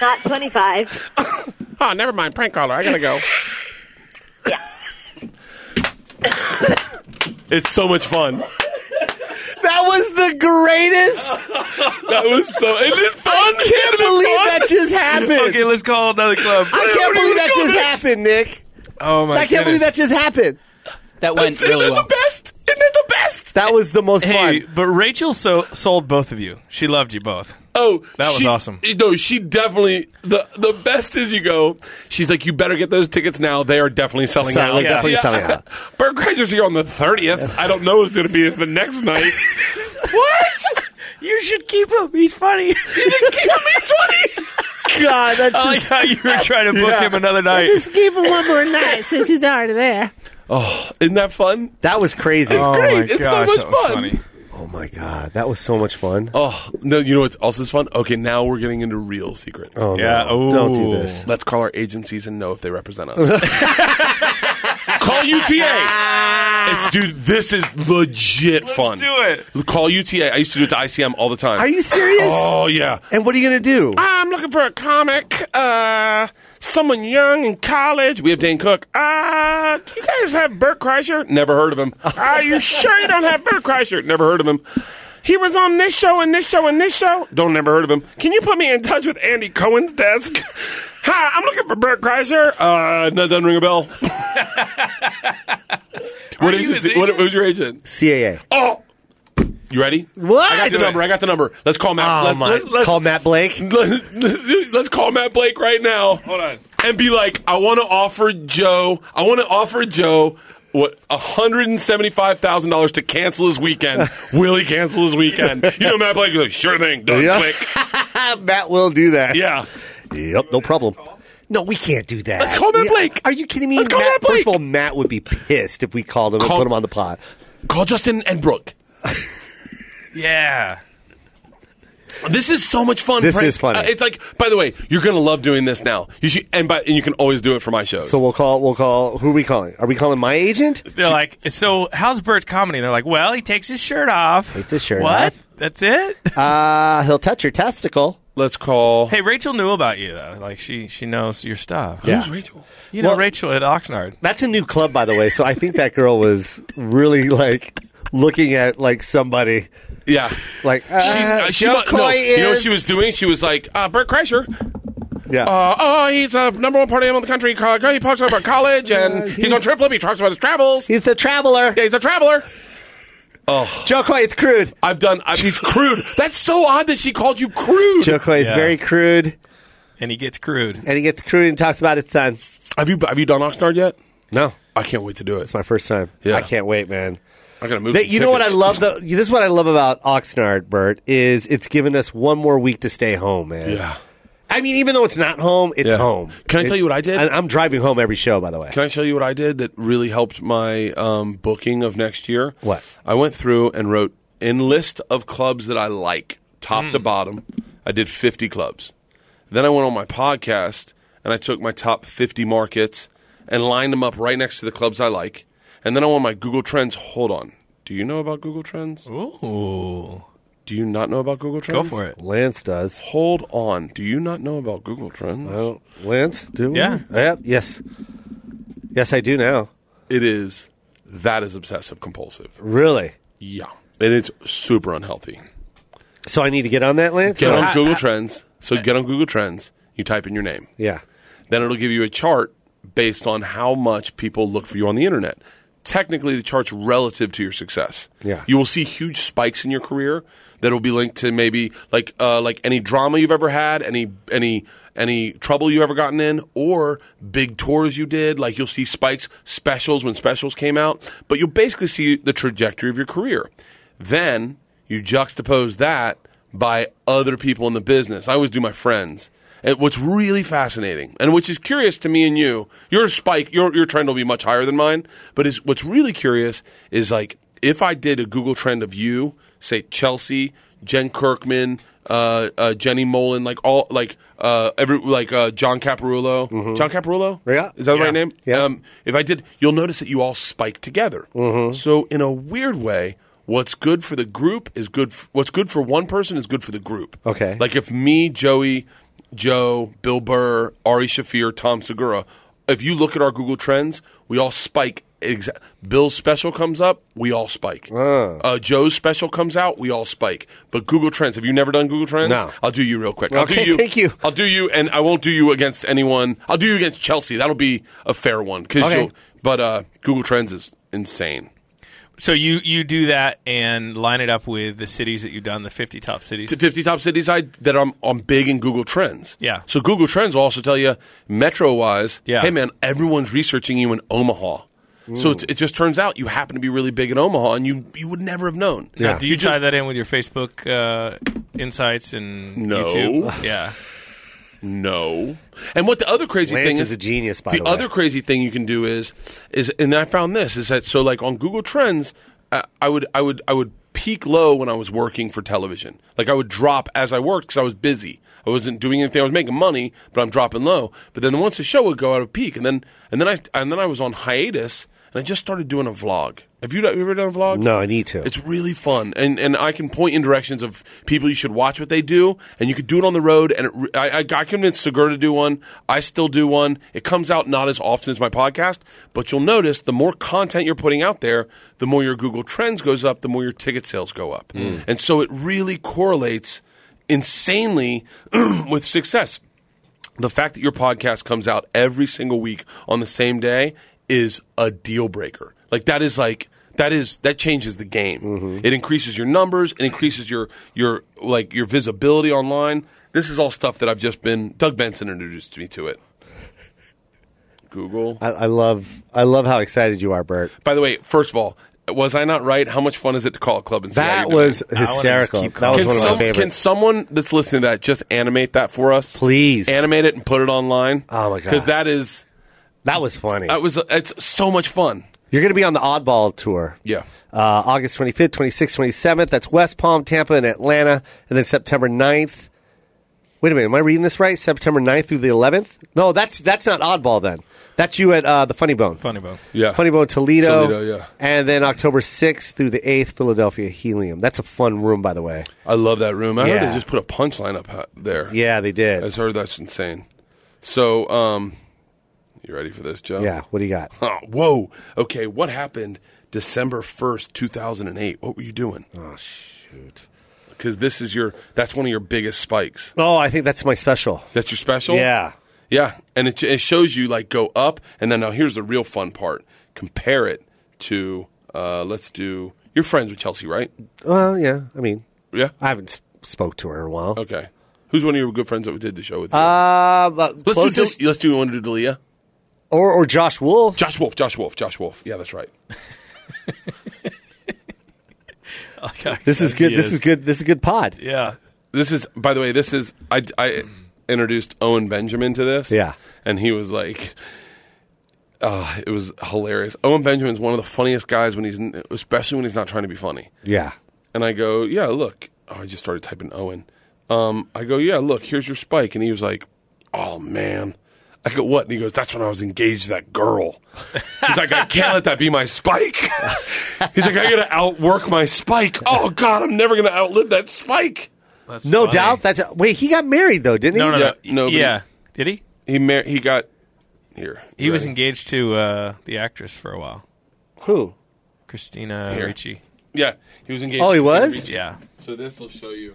Not 25. Oh, never mind. Prank caller. I gotta go. it's so much fun. That was the greatest. That was so. Isn't it fun? can't believe that just happened. okay, let's call another club. I can't believe that just happened, Nick. Oh my! I can't believe that just happened. That went Isn't really it well. the best? Isn't it the best? That was the most Hey, fun. but Rachel so sold both of you. She loved you both. Oh, That was she- awesome. No, she definitely the the best is you go. She's like, you better get those tickets now. They are definitely selling Selling- out. definitely selling out. Bert Kreischer's here on the thirtieth. I don't know who's going to be the next night. what? You should keep him. He's funny. God, that's I like just, how you were trying to book Yeah. him another night. Just give him one more night since he's already there. Isn't that fun? that was crazy. oh great. my It's so gosh, much that was fun. funny. Oh my god, that was so much fun. Oh no! You know what's also fun? Okay, now we're getting into real secrets. Oh, yeah, no. ooh. don't do this. Let's call our agencies and know if they represent us. Call UTA. It's dude, this is legit fun. do it. Call UTA. I used to do it to ICM all the time. Are you serious? Oh yeah. And what are you gonna do? I'm looking for a comic. Uh, someone young in college. We have Dane Cook. Uh, do you guys have Bert Kreischer? Never heard of him. Are you sure you don't have Bert Kreischer? Never heard of him. He was on this show and this show and this show. Don't never heard of him. Can you put me in touch with Andy Cohen's desk? Hi, I'm looking for Bert Kreischer. Uh, that doesn't ring a bell. what, you agent, his what, agent? who's your agent? CAA. Oh, you ready? What? I got the number. I got the number. Let's call Matt. Oh let's, my! let's- let's- Call Matt Blake. Let's call Matt Blake right now. Hold on. And be like, I want to offer Joe. I want to offer Joe what hundred and seventy five thousand dollars to cancel his weekend. Will he cancel his weekend? You know, Matt Blake. You're like, sure thing. Done. Yeah. Click. Matt will do that. Yeah. Yep. No problem. No, we can't do that. Let's call Matt Yeah. Blake. Are you kidding me? Let's call Matt Blake. First of all, Matt would be pissed if we called him Call- and put him on the pot. Call Justin and Brooke. Yeah. This is so much fun. This Prank- is funny. Uh, it's like, by the way, you're gonna love doing this now. You should, and by, and you can always do it for my shows. So we'll call. We'll call. Who are we calling? Are we calling my agent? They're like, so how's Bert's comedy? They're like, well, he takes his shirt off. Takes his shirt what? off. That's it? Uh, he'll touch your testicle. Let's call. hey, Rachel knew about you, though. Like, she she knows your stuff. who's Rachel? You know, Well- Rachel at Oxnard. That's a new club, by the way. So I think that girl was really like looking at like somebody Yeah. like She, uh, uh, she Joe mu- Coy no, is. you know what she was doing? She was like, uh, Bert Kreischer, yeah. Uh, oh, he's a number one party animal in the country. Co- He talks about college, and he's on Trip Flip. He talks about his travels. He's the traveler. Yeah, he's a traveler. Joe Coy, it's crude. I've done. I've, he's crude. That's so odd that she called you crude. Joe Coy is Yeah. very crude, And he gets crude. and he gets crude and talks about his son. Have you have you done Oxnard yet? No, I can't wait to do it. it's my first time. Yeah. I can't wait, man. I gotta move. They- some you know what I tickets. love though? This is what I love about Oxnard, Bert, is it's given us one more week to stay home, man. Yeah. I mean, even though it's not home, it's Yeah. home. Can I It- tell you what I did? And I'm driving home every show, by the way. Can I show you what I did that really helped my um, booking of next year? What? I went through and wrote in list of clubs that I like, top Hmm. to bottom. I did 50 clubs. Then I went on my podcast and I took my top 50 markets and lined them up right next to the clubs I like. And then I went on my Google Trends. Hold on. Do you know about Google Trends? Ooh. Do you not know about Google Go Trends? for it. Lance does. Hold on. Do you not know about Google Trends? Oh, Lance, do we? Yeah. Yep, yes. Yes, I do now. It is that is obsessive compulsive. Really? Yeah. And it's super unhealthy. So I need to get on that, Lance? Get Or- on Google Trends. So get on Google Trends. You type in your name. yeah. Then it'll give you a chart based on how much people look for you on the internet. Technically, the chart's relative to your success. Yeah. You will see huge spikes in your career that will be linked to maybe like uh, like any drama you've ever had, any any any trouble you've ever gotten in, or big tours you did. Like you'll see spikes, specials when specials came out, but you'll basically see the trajectory of your career. Then you juxtapose that by other people in the business. I always do my friends. And what's really fascinating, and which is curious to me and you, your spike, your your trend will be much higher than mine. But is what's really curious is like if I did a Google trend of you, say Chelsea, Jen Kirkman, uh, uh, Jenny Mullen, like all like uh, every like uh, John Caparulo, John Caparulo, Yeah. is that the Yeah. right name? Yeah. Um, if I did, you'll notice that you all spike together. Mm-hmm. So in a weird way. What's good for the group is good. f what's good for one person is good for the group. Okay. Like if me, Joey, Joe, Bill Burr, Ari Shafir, Tom Segura, if you look at our Google Trends, we all spike. Exa- Bill's special comes up, we all spike. Ah. Uh, Joe's special comes out, we all spike. But Google Trends, have you never done Google Trends? No. I'll do you real quick. I'll Okay, do you. thank you. I'll do you, and I won't do you against anyone. I'll do you against Chelsea. That'll be a fair one. 'cause Okay. you'll- but uh, Google Trends is insane. So you, you do that and line it up with the cities that you've done, the 50 top cities. to 50 top cities I, that I'm, I'm big in Google Trends. Yeah. So Google Trends will also tell you metro wise, Yeah. hey man, everyone's researching you in Omaha. So it's, it just turns out you happen to be really big in Omaha and you, you would never have known. Now, do you, tie that in with your Facebook uh, insights and No. YouTube? Yeah. No. And what the other crazy Lance thing is a genius, by the way. other crazy thing you can do is is and I found this is that so like on Google Trends, uh, I would I would I would peak low when I was working for television. Like I would drop as I worked because I was busy. I wasn't doing anything. I was making money, but I'm dropping low. But then once the show would go out of peak, and then and then I and then I was on hiatus, and I just started doing a vlog. Have you, have you ever done a vlog? No, I need to. It's really fun, and and I can point in directions of people you should watch what they do, and you could do it on the road. And it, re- I, I got convinced Segura to do one. I still do one. It comes out not as often as my podcast, but you'll notice the more content you're putting out there, the more your Google Trends goes up, the more your ticket sales go up, and so it really correlates insanely with success the fact that your podcast comes out every single week on the same day is a deal breaker. Like that is like that is that changes the game. Mm-hmm. It increases your numbers. It increases your your like your visibility online. This is all stuff that I've just been. Doug Benson introduced me to it. Google. I, I love I love how excited you are, Bert. By the way, first of all, was I not right? How much fun is it to call a club and see how That you're doing? was hysterical. keep That was Can, one of my some- can favorites. someone that's listening to that just animate that for us? Please. Animate it and put it online. Oh, my God. Because that is That was funny. That was it's so much fun. You're going to be on the Oddball tour. Yeah. Uh, August 25th, 26th, 27th. That's West Palm, Tampa, and Atlanta. And then September 9th. Wait a minute. Am I reading this right? September 9th through the 11th? No, that's that's not Oddball then. That's you at uh, the Funny Bone. Funny bone. Yeah. Funny Bone Toledo. Toledo, yeah. And then October 6th through the 8th, Philadelphia Helium. That's a fun room, by the way. I love that room. I heard Yeah. they just put a punchline up uh, there. Yeah, they I did. just heard that's insane. So, um, you ready for this, Joe? Yeah, what do you got? Oh, whoa. Okay, what happened December 1st, 2008? What were you doing? Oh, shoot. Because this is your, that's one of your biggest spikes. Oh, I think that's my special. That's your special? Yeah. Yeah. And it, it shows you like go up. And then now here's the real fun part compare it to, uh, let's do, you're friends with Chelsea, right? Well, yeah. I mean, Yeah. I haven't s- spoke to her in a while. Okay. Who's one of your good friends that did the show with you? Uh, but let's, do, closest, Del- let's do one to Dalia. or or Josh Wool. Josh Wolf, Josh Wolf, Josh Wolf. Yeah, that's right. This is good. This is good. This is good pod. Yeah. This is, by the way, this is, I, I introduced Owen Benjamin to this. Yeah. And he was like, uh, it was hilarious. Owen Benjamin's one of the funniest guys when he's, n- especially when he's not trying to be funny. Yeah. And I go, yeah, look. Oh, I just started typing Owen. Um, I go, yeah, look, here's your spike. And he was like, oh, man. I go, what? And he goes, that's when I was engaged to that girl. He's like, I can't let that be my spike. He's like, I got to outwork my spike. Oh, God, I'm never going to outlive that spike. That's No funny. doubt. That's wait. He got married though, didn't he? No, no, no. Yeah, no, but- yeah. Did he? He mar- he got here. He was Ready? engaged to uh, the actress for a while, Who? Christina Here. Ricci. Yeah, he was engaged. Oh, he to was? Phoebe. Yeah, So this will show you.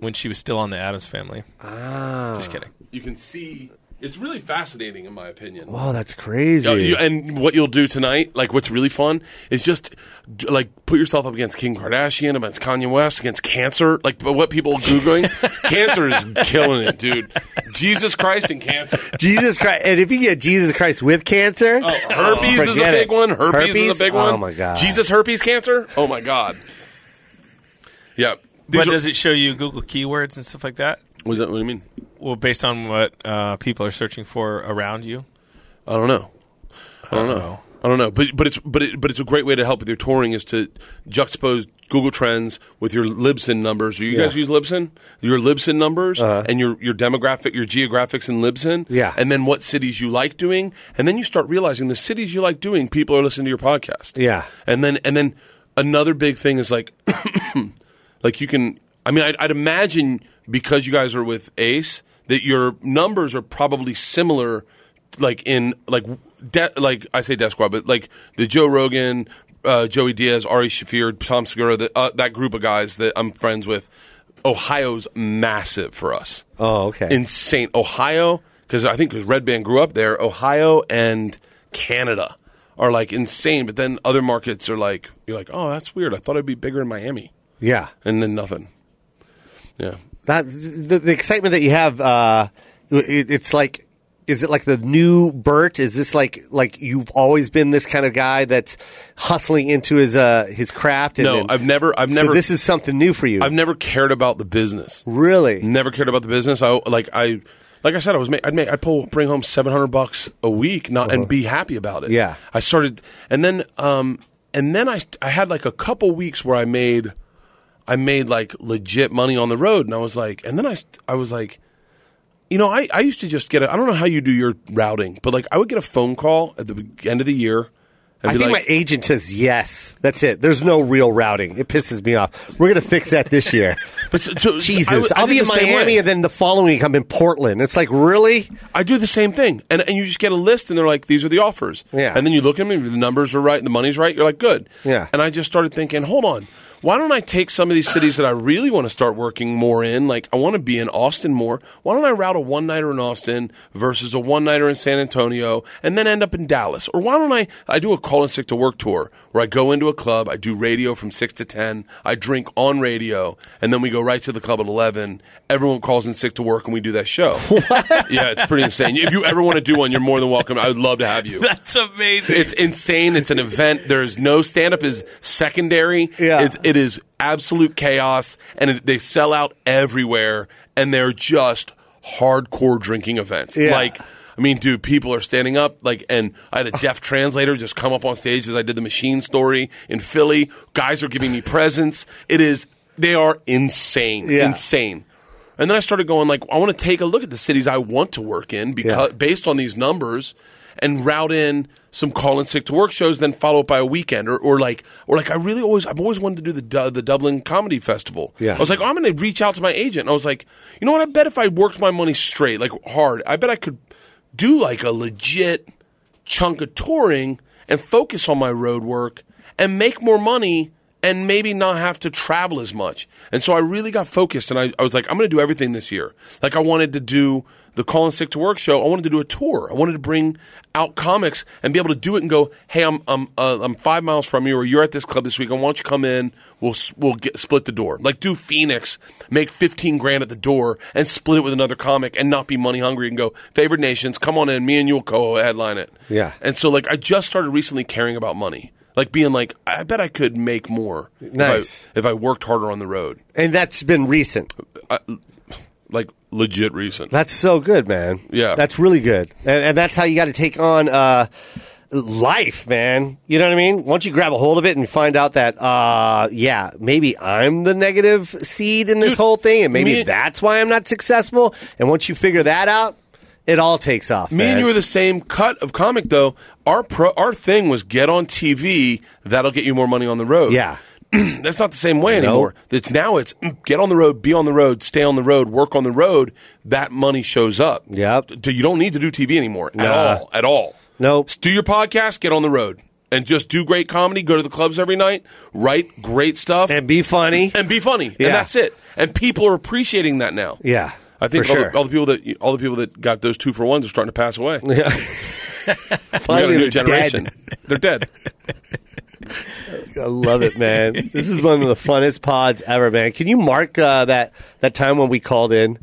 when she was still on the Adams Family. Ah, just kidding. You can see. It's really fascinating, in my opinion. Oh, that's crazy. Yeah, you- and what you'll do tonight, like what's really fun, is just d- like put yourself up against Kim Kardashian, against Kanye West, against cancer. Like but what people are googling, cancer is killing it, dude. Jesus Christ and cancer. Jesus Christ. And if you get Jesus Christ with cancer, Oh, herpes is a forget big it. one. Herpes, is a Herpes? big Oh, one. my God. Jesus herpes cancer. Oh my god. yeah. These But are- does it show you Google keywords and stuff like that? what, does that, what do you mean? Well, based on what uh, people are searching for around you. I don't know. I don't know. I don't know. But but it's but it, but it's a great way to help with your touring is to juxtapose Google Trends with your Libsyn numbers. Do you guys use Libsyn? Your Libsyn numbers and your your demographic, your geographics in Libsyn. Yeah. And then what cities you like doing, and then you start realizing the cities you like doing, people are listening to your podcast. Yeah. And then and then another big thing is like like you can i mean I'd, I'd imagine because you guys are with ace that your numbers are probably similar like in like de- like i say death squad but like the joe rogan uh, joey diaz ari shafir tom segura the, uh, that group of guys that i'm friends with ohio's massive for us Oh, okay. insane. Ohio, because I think because Red Band grew up there. Ohio and Canada are like insane, but then other markets are like you're like, oh, that's weird. I thought I'd be bigger in Miami, yeah. and then nothing. Yeah, That the, the excitement that you have. Uh, it, it's like. Is it like the new Bert? Is this like like you've always been this kind of guy that's hustling into his uh his craft? And no, and- I've never, I've so never, this is something new for you. I've never cared about the business. really? Never cared about the business. I like I. Like I said, I was ma- I'd make I'd pull bring home seven hundred bucks a week, not and be happy about it. Uh-huh. Yeah. I started, and then um, and then I I had like a couple weeks where I made I made like legit money on the road, and I was like, and then I st- I was like, you know, I I used to just get I I don't know how you do your routing, but like I would get a phone call at the be- end of the year. And I be think like, my agent says yes. That's it. There's no real routing. It pisses me off. We're gonna fix that this year. but so- so- Jesus, I would- I I'll did be in the same way. Miami and then the following week I'm in Portland. It's like really. I do the same thing, and and you just get a list, and they're like, "These are the offers." Yeah. And then you look at them, and the numbers are right, and the money's right. You're like, "Good." Yeah. And I just started thinking, hold on, why don't I take some of these cities that I really want to start working more in? Like, I want to be in Austin more. Why don't I route a one nighter in Austin versus a one nighter in San Antonio, and then end up in Dallas? Or why don't I I do a call and sick to work tour where I go into a club, I do radio from six to ten, I drink on radio, and then we go right to the club at eleven. Everyone calls in sick to work, and we do that show. Yeah, it's pretty insane. If you ever want to do one, you're more than welcome. I would love to have you. That's amazing. It's insane. It's an event. There's no stand up is secondary. Yeah. It's, it is absolute chaos, and it, they sell out everywhere, and they're just hardcore drinking events. Yeah. Like, I mean, dude, people are standing up. Like, and I had a deaf translator just come up on stage as I did the machine story in Philly. Guys are giving me presents. It is. They are insane. Yeah. Insane. And then I started going like, I want to take a look at the cities I want to work in because Yeah. based on these numbers, and route in some call and sick to work shows, then follow up by a weekend or, or like or like I really always I've always wanted to do the Du- the Dublin Comedy Festival. Yeah. I was like, oh, I'm going to reach out to my agent. And I was like, you know what? I bet if I worked my money straight, like hard, I bet I could do like a legit chunk of touring and focus on my road work and make more money and maybe not have to travel as much. And so I really got focused and I, I was like, I'm going to do everything this year. Like, I wanted to do the Call and Sick to Work show. I wanted to do a tour. I wanted to bring out comics and be able to do it and go, hey, I'm, I'm, uh, I'm five miles from you or you're at this club this week. Why don't you come in? We'll, s- we'll get, split the door. Like, do Phoenix, make 15 grand at the door and split it with another comic and not be money hungry and go, favored nations, come on in. Me and you will co headline it. Yeah. And so like I just started recently caring about money. Like being like, I bet I could make more Nice. if, I, if I worked harder on the road. And that's been recent. Like legit recent. That's so good, man. Yeah. that's really good, and, and that's how you got to take on uh, life, man. You know what I mean? Once you grab a hold of it and find out that, uh, yeah, maybe I'm the negative seed in this Dude, whole thing, and maybe me- that's why I'm not successful. And once you figure that out, it all takes off. Me and man. you were the same cut of comic though. Our pro, our thing was get on TV, that'll get you more money on the road. yeah. That's not the same way anymore. It's now it's mm, get on the road, be on the road, stay on the road, work on the road, that money shows up. Yep. D- You don't need to do TV anymore at Nah. all. At all. Nope. do your podcast, get on the road, and just do great comedy. Go to the clubs every night, write great stuff, And be funny. and be funny. Yeah. And that's it. And people are appreciating that now. Yeah, I think for all, sure. the, all the people that all the people that got those two for ones are starting to pass away. Yeah, we got a Finally, new they're generation. They're dead. I love it, man. this is one of the funnest pods ever, man. Can you mark uh, that that time when we called in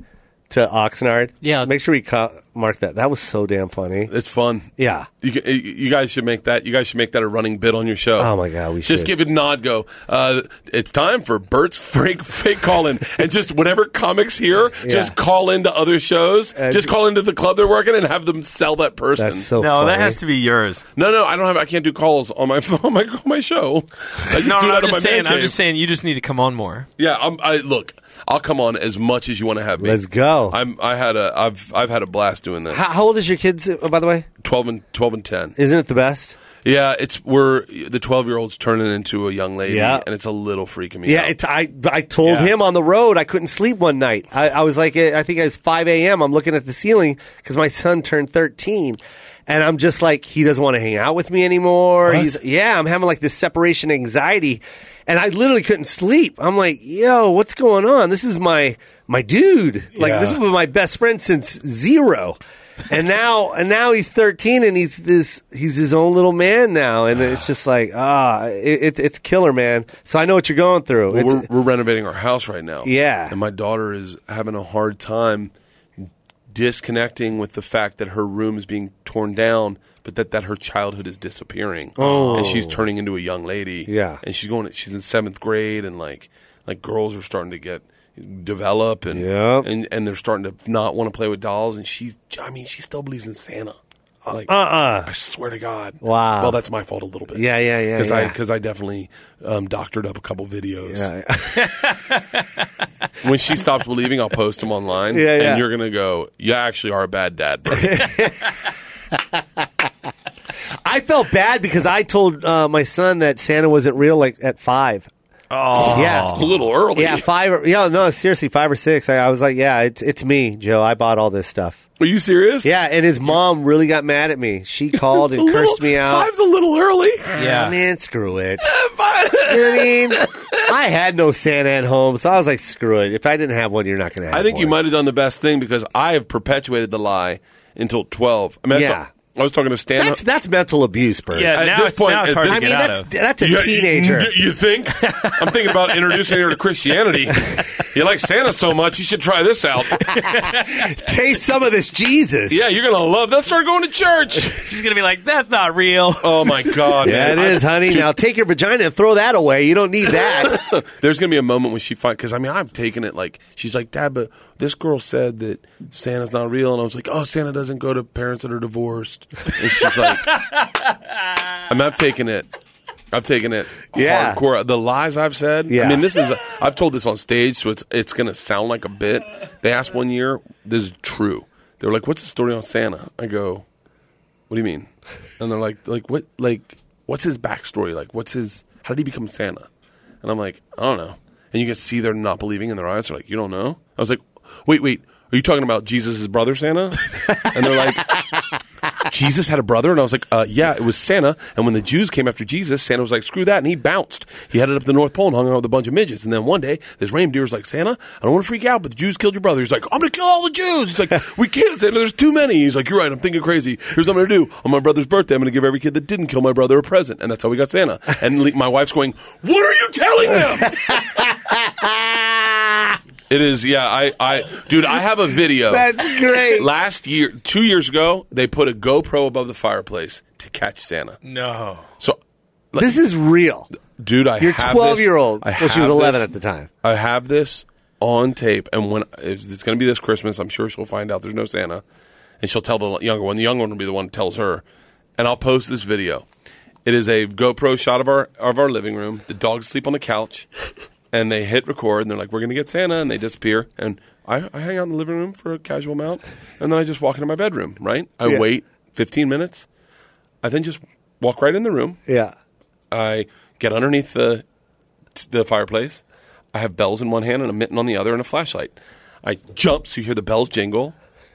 to Oxnard? Yeah. make sure we co- mark that. That was so damn funny. It's fun. Yeah. You, g- you guys should make that. You guys should make that a running bit on your show. Oh my God, we just should. give it a nod. Go. Uh, it's time for Bert's fake fake call in, and just whatever comics here, just call into other shows. Uh, just call into the club they're working and have them sell that person. That's so no, funny. that has to be yours. no, no, I don't have. I can't do calls on my phone. My my show. I just No, do it no, I'm out of just my man saying. I'm cave. just saying. You just need to come on more. Yeah, I'm, I look. I'll come on as much as you want to have me. Let's go. I'm. I had a. I've. I've had a blast doing this. how, how old is your kids, uh, by the way? Twelve and twelve and ten. Isn't it the best? Yeah, it's we're the twelve year old's turning into a young lady, Yeah. and it's a little freaking me. Yeah, out. it's, I I told Yeah. him on the road I couldn't sleep one night. I, I was like, eh, I think it was 5 a.m. I'm looking at the ceiling because my son turned 13. And I'm just like, he doesn't want to hang out with me anymore. He's, yeah, I'm having like this separation anxiety. And I literally couldn't sleep. I'm like, yo, what's going on? This is my, my dude. Like, this was my best friend since zero. And now, and now he's 13 and he's this, he's his own little man now. And it's just like, ah, it, it's it's killer, man. So I know what you're going through. Well, It's- we're, we're renovating our house right now. Yeah. and my daughter is having a hard time disconnecting with the fact that her room is being torn down, but that that her childhood is disappearing. Oh, and she's turning into a young lady. Yeah. and she's going. She's in seventh grade, and like like girls are starting to get develop and Yep. and and they're starting to not want to play with dolls and she I mean she still believes in Santa. Like, uh-uh. I swear to God. Wow. Well, that's my fault a little bit. Yeah, yeah, yeah, Because I yeah. because I definitely um, doctored up a couple videos. Yeah. when she stops believing, I'll post them online. Yeah, yeah. And you're gonna go. You actually are a bad dad. Bro. I felt bad because I told uh, my son that Santa wasn't real like at five. Oh, Yeah. a little early. Yeah, five. Or, yeah, no, seriously, five or six. I, I was like, yeah, it's it's me, Joe. I bought all this stuff. Are you serious? Yeah, and his mom really got mad at me. She called It's a and little- cursed me out. Five's a little early. yeah. I mean, screw it. I mean, I had no Santa at home, so I was like, screw it. If I didn't have one, you're not going to have. I think you one. might have done the best thing because I have perpetuated the lie until twelve. I mean, that's- Yeah. I was talking to Stan. That's that's mental abuse, Bert. yeah. At now this it's, point- now it's at hard this- to I get mean, out that's of. that's a Yeah, you- teenager. You, think? I'm thinking about introducing her to Christianity. You like Santa so much, you should try this out. Taste some of this Jesus. Yeah, you're gonna love. Let's start going to church. She's gonna be like, "That's not real." Oh my God, Yeah, man. it is, I- honey. now take your vagina and throw that away. You don't need that. There's gonna be a moment when she finds because I mean I've taken it like she's like Dad, but this girl said that Santa's not real, and I was like, oh, Santa doesn't go to parents that are divorced, and she's like, I mean I've taken it. I've taken it Yeah. hardcore. The lies I've said. I Yeah. mean, this is I've told this on stage, so it's it's gonna sound like a bit. They asked one year, this is true. They were like, "What's the story on Santa?" I go, what do you mean? And they're like, like what, like what's his backstory? Like what's his? How did he become Santa? And I'm like, I don't know. And you can see they're not believing in their eyes. They're like, you don't know? I was like, wait, wait, are you talking about Jesus' brother Santa? And they're like, Jesus had a brother, and I was like, uh, yeah, it was Santa. And when the Jews came after Jesus, Santa was like, screw that, and he bounced. He headed up to the North Pole and hung out with a bunch of midgets. And then one day, this reindeer was like, Santa, I don't want to freak out, but the Jews killed your brother. He's like, I'm going to kill all the Jews. He's like, we can't, Santa, there's too many. He's like, you're right, I'm thinking crazy. Here's what I'm going to do. On my brother's birthday, I'm going to give every kid that didn't kill my brother a present. And that's how we got Santa. And le- my wife's going, what are you telling them? it is, yeah, I, I, dude, I have a video. That's great. Last year, two years ago, they put a GoPro above the fireplace to catch Santa. No. So, This is real. dude, I Your have this- 12 year old. I Well, she have was 11 this- at the time. I have this on tape, and when it's, it's going to be this Christmas, I'm sure she'll find out there's no Santa, and she'll tell the younger one. The younger one will be the one who tells her, and I'll post this video. It is a GoPro shot of our of our living room. The dogs sleep on the couch, and they hit record, and they're like, "We're going to get Santa," and they disappear. And I, I hang out in the living room for a casual amount, and then I just walk into my bedroom. Right, I Yeah. wait 15 minutes. I then just walk right in the room. Yeah. I get underneath the the fireplace. I have bells in one hand and a mitten on the other and a flashlight. I jump so you hear the bells jingle,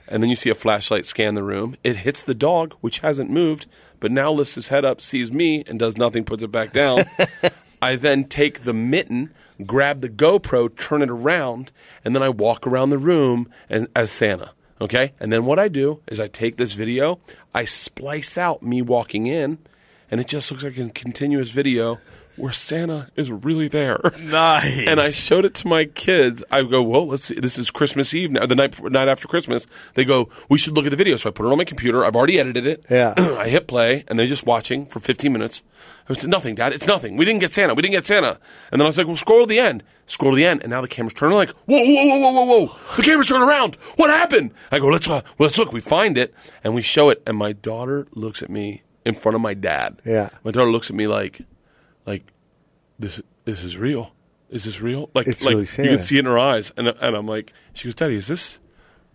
and then you see a flashlight scan the room. It hits the dog, which hasn't moved, but now lifts his head up, sees me, and does nothing, puts it back down. I then take the mitten, grab the GoPro, turn it around, and then I walk around the room and, as Santa. Okay? And then what I do is I take this video, I splice out me walking in, and it just looks like a continuous video where Santa is really there. Nice. And I showed it to my kids. I go, well, let's see. This is Christmas Eve now, the night before, night after Christmas. They go, we should look at the video. So I put it on my computer. I've already edited it. Yeah. I hit play, and they're just watching for 15 minutes. I said, nothing, Dad. It's nothing. We didn't get Santa. We didn't get Santa. And then I was like, well, scroll to the end. Scroll to the end. And now the camera's turning like, whoa, whoa, whoa, whoa, whoa, whoa. The camera's turning around. What happened? I go, let's, uh, let's look. We find it, and we show it. And my daughter looks at me in front of my dad. Yeah. My daughter looks at me like, like, this this is real. Is this real? Like It's like really you can sad. see it in her eyes, and and I'm like, she goes, Daddy, is this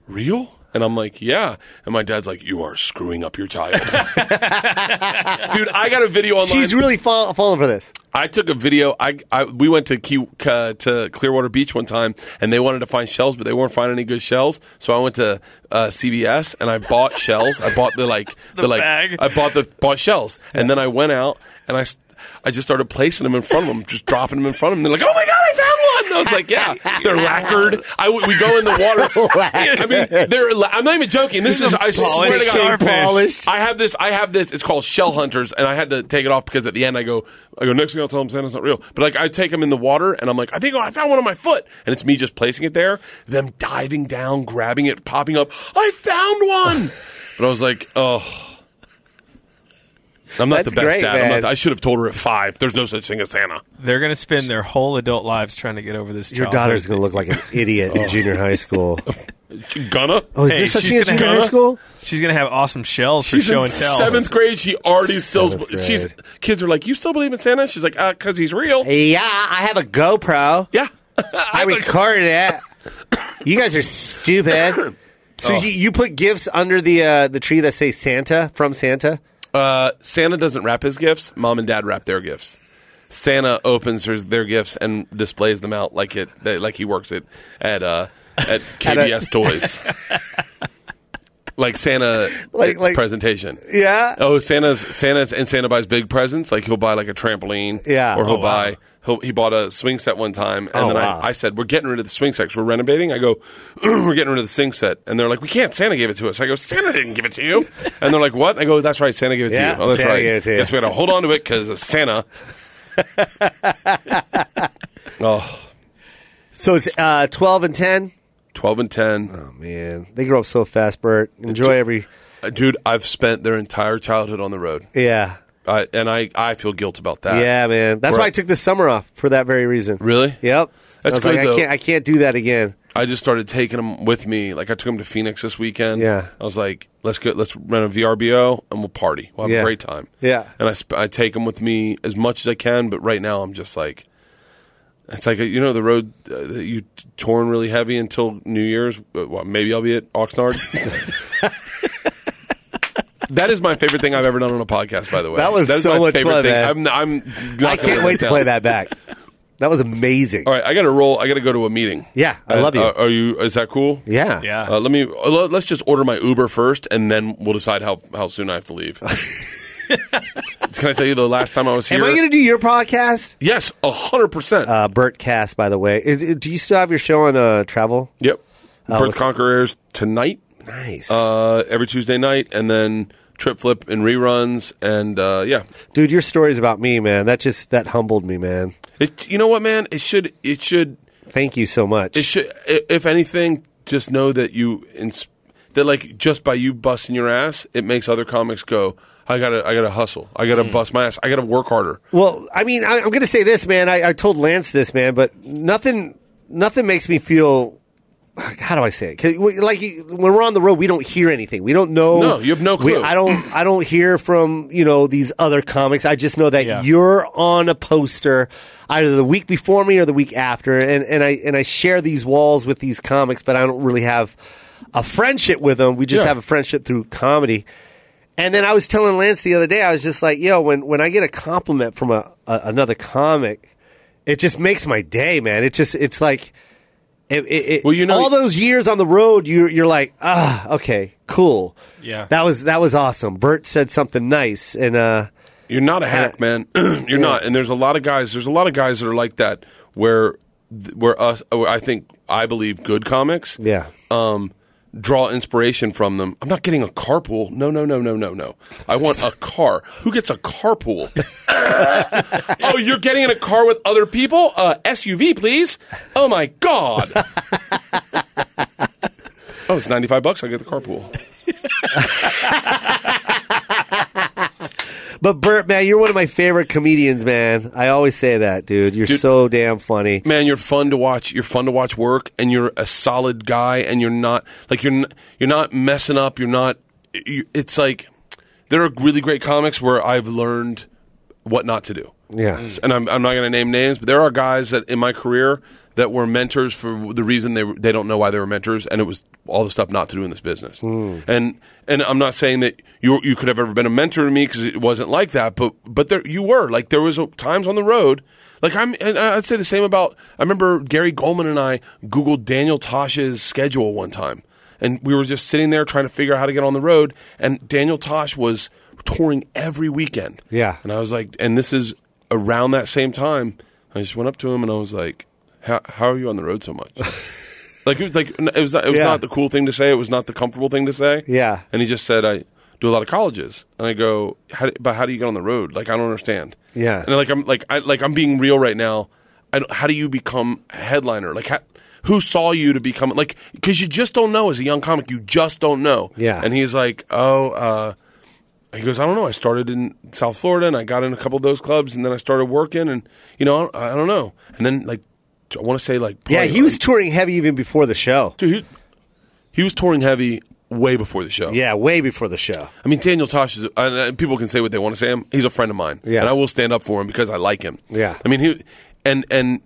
real? And I'm like, yeah. And my dad's like, you are screwing up your child, dude. I got a video online. She's really fall, falling for this. I took a video. I, I we went to Key, uh, to Clearwater Beach one time, and they wanted to find shells, but they weren't finding any good shells. So I went to uh, CVS and I bought shells. I bought the like the, like bag. I bought the bought shells, and then I went out and I. s- I just started placing them in front of them, just dropping them in front of them. They're like, "Oh my god, I found one!" And I was like, "Yeah, they're lacquered." I w- we go in the water. I mean, they're. la- I'm not even joking. This is. I swear to polished God, sharp Polished. I have this. I have this. It's called Shell Hunters, and I had to take it off because at the end I go, I go. Next thing I'll tell them Santa's not real. But like I take them in the water, and I'm like, I think oh, I found one on my foot, and it's me just placing it there, them diving down, grabbing it, popping up. I found one. but I was like, oh. I'm not That's the best great, dad. I'm not man. the- I should have told her at five. There's no such thing as Santa. They're gonna spend their whole adult lives trying to get over this. Your childhood daughter's Oh. thing. going to look like an idiot in junior high school. Gonna? Oh, is Hey, there such she's thing as gonna junior have- high school? She's gonna have awesome shells She's for show in and tell. seventh grade. She already sells. Seventh grade. She's kids are like, you still believe in Santa? She's like, uh, cause he's real. Yeah, I have a GoPro. Yeah. I recorded it. You guys are stupid. Oh. So you, you put gifts under the uh, the tree that say Santa from Santa. Uh, Santa doesn't wrap his gifts. Mom and Dad wrap their gifts. Santa opens his, their gifts and displays them out like it they- like he works at at uh, at KBS Toys. like Santa Like- like- presentation. Yeah. Oh, Santa's Santa's and Santa buys big presents. Like he'll buy like a trampoline. Yeah. Or he'll Oh, wow. buy he'll, he bought a swing set one time, and Oh, then wow. I, I said we're getting rid of the swing sets. We're renovating. I go we're getting rid of the swing set, and they're like we can't. Santa gave it to us. I go Santa didn't give it to you, and they're like what? I go that's right. Santa gave it Yeah, to you. Oh, that's Santa right. gave it to you. Guess we gotta hold on to it because Santa. oh, So it's uh, twelve and ten. 12 and ten. Oh man, they grow up so fast, Bert. Enjoy every. Uh, Dude, I've spent their entire childhood on the road, Yeah, I, and I, I feel guilt about that. yeah, man. That's We're- why I took the summer off for that very reason. Uh, Really? Yep. I That's was like, good, though. I can't. I can't do that again. I just started taking them with me. Like I took them to Phoenix this weekend. Yeah. I was like, let's go, let's rent a VRBO and we'll party. We'll have Yeah. a great time. Yeah. And I sp- I take them with me as much as I can, but right now I'm just like, it's like you know the road uh, that you t- torn really heavy until New Year's. Uh, Well, maybe I'll be at Oxnard. That is my favorite thing I've ever done on a podcast. By the way, That was that is so my much fun, favorite thing. man. I'm, I'm not I gonna can't live wait to down. play that back. That was amazing. All right, I got to roll. I got to go to a meeting. Yeah, I love you. Uh, are you? Is that cool? Yeah. Yeah. Uh, let me uh, le- let's just order my Uber first, and then we'll decide how how soon I have to leave. Can I tell you the last time I was Am here? I going to do your podcast? yes, hundred percent. Uh, Bert Cass, by the way. Is, is- do you still have your show on uh, travel? Yep. Birth what's- Conquerors tonight, Nice. uh, every Tuesday night, and then Trip Flip and reruns, and uh, yeah. Dude, your stories about me, man. That just that humbled me, man. It, you know what, man? It should it should Thank you so much. It should, i- if anything, just know that you ins- that like just by you busting your ass, it makes other comics go, I gotta, I gotta hustle, I gotta Mm. bust my ass, I gotta work harder. Well, I mean, I, I'm going to say this, man. I, I told Lance this, man, but nothing, nothing makes me feel. How do I say it? 'Cause we- like you- when we're on the road, we don't hear anything. We don't know. No, you have no we- clue. I don't. I don't hear from you know these other comics. I just know that Yeah. you're on a poster either the week before me or the week after, and and I and I share these walls with these comics, but I don't really have a friendship with them. We just Yeah. have a friendship through comedy. And then I was telling Lance the other day, I was just like, yo, when, when I get a compliment from a, a another comic, it just makes my day, man. It just it's like it, it, it- Well, you know- all those years on the road, you're you're like, ah, okay, cool. Yeah. That was that was awesome. Bert said something nice and uh You're not a hack, man. You're not. And there's a lot of guys. There's a lot of guys that are like that. Where, th- where us, where I think I believe good comics. yeah. um, draw inspiration from them. I'm not getting a carpool. No, no, no, no, no, no. I want a car. Who gets a carpool? oh, you're getting in a car with other people? Uh, SUV, please. Oh my god. oh, it's 95 bucks. I get the carpool. But Bert, man, you're one of my favorite comedians, man. I always say that, dude. You're Dude. so damn funny. Man, you're fun to watch. You're fun to watch work, and you're a solid guy, and you're not like you're n- you're not messing up. You're not. You, it's like there are really great comics where I've learned what not to do. Yeah. and I'm, I'm not going to name names, but there are guys that in my career that were mentors for the reason they were- they don't know why they were mentors, and it was all the stuff not to do in this business. And and I'm not saying that you you could have ever been a mentor to me because it wasn't like that, but but there you were like there was a, times on the road. Like I'm, and I'd say the same about. I remember Gary Goldman and I googled Daniel Tosh's schedule one time, and we were just sitting there trying to figure out how to get on the road. And Daniel Tosh was touring every weekend. Yeah. And I was like, and this is around that same time. I just went up to him and I was like, how how are you on the road so much? like it was like it was not, it was Yeah. not the cool thing to say. It was not the comfortable thing to say. Yeah. And he just said, I do a lot of colleges. And I go, how, do- but how do you get on the road? Like I don't understand. Yeah. And like I'm like I like I'm being real right now. I don't, how do you become a headliner? Like how, who saw you to become like because you just don't know as a young comic. You just don't know. Yeah. And he's like, oh. uh he goes, I don't know. I started in South Florida and I got in a couple of those clubs and then I started working and, you know, I, I don't know. And then, like, I want to say, like, Yeah, probably, he was like, touring heavy even before the show. dude, he was- He was touring heavy way before the show. Yeah, way before the show. I mean, Daniel Tosh is. And uh, people can say what they want to say. Him, he's a friend of mine, Yeah. and I will stand up for him because I like him. Yeah. I mean, he and and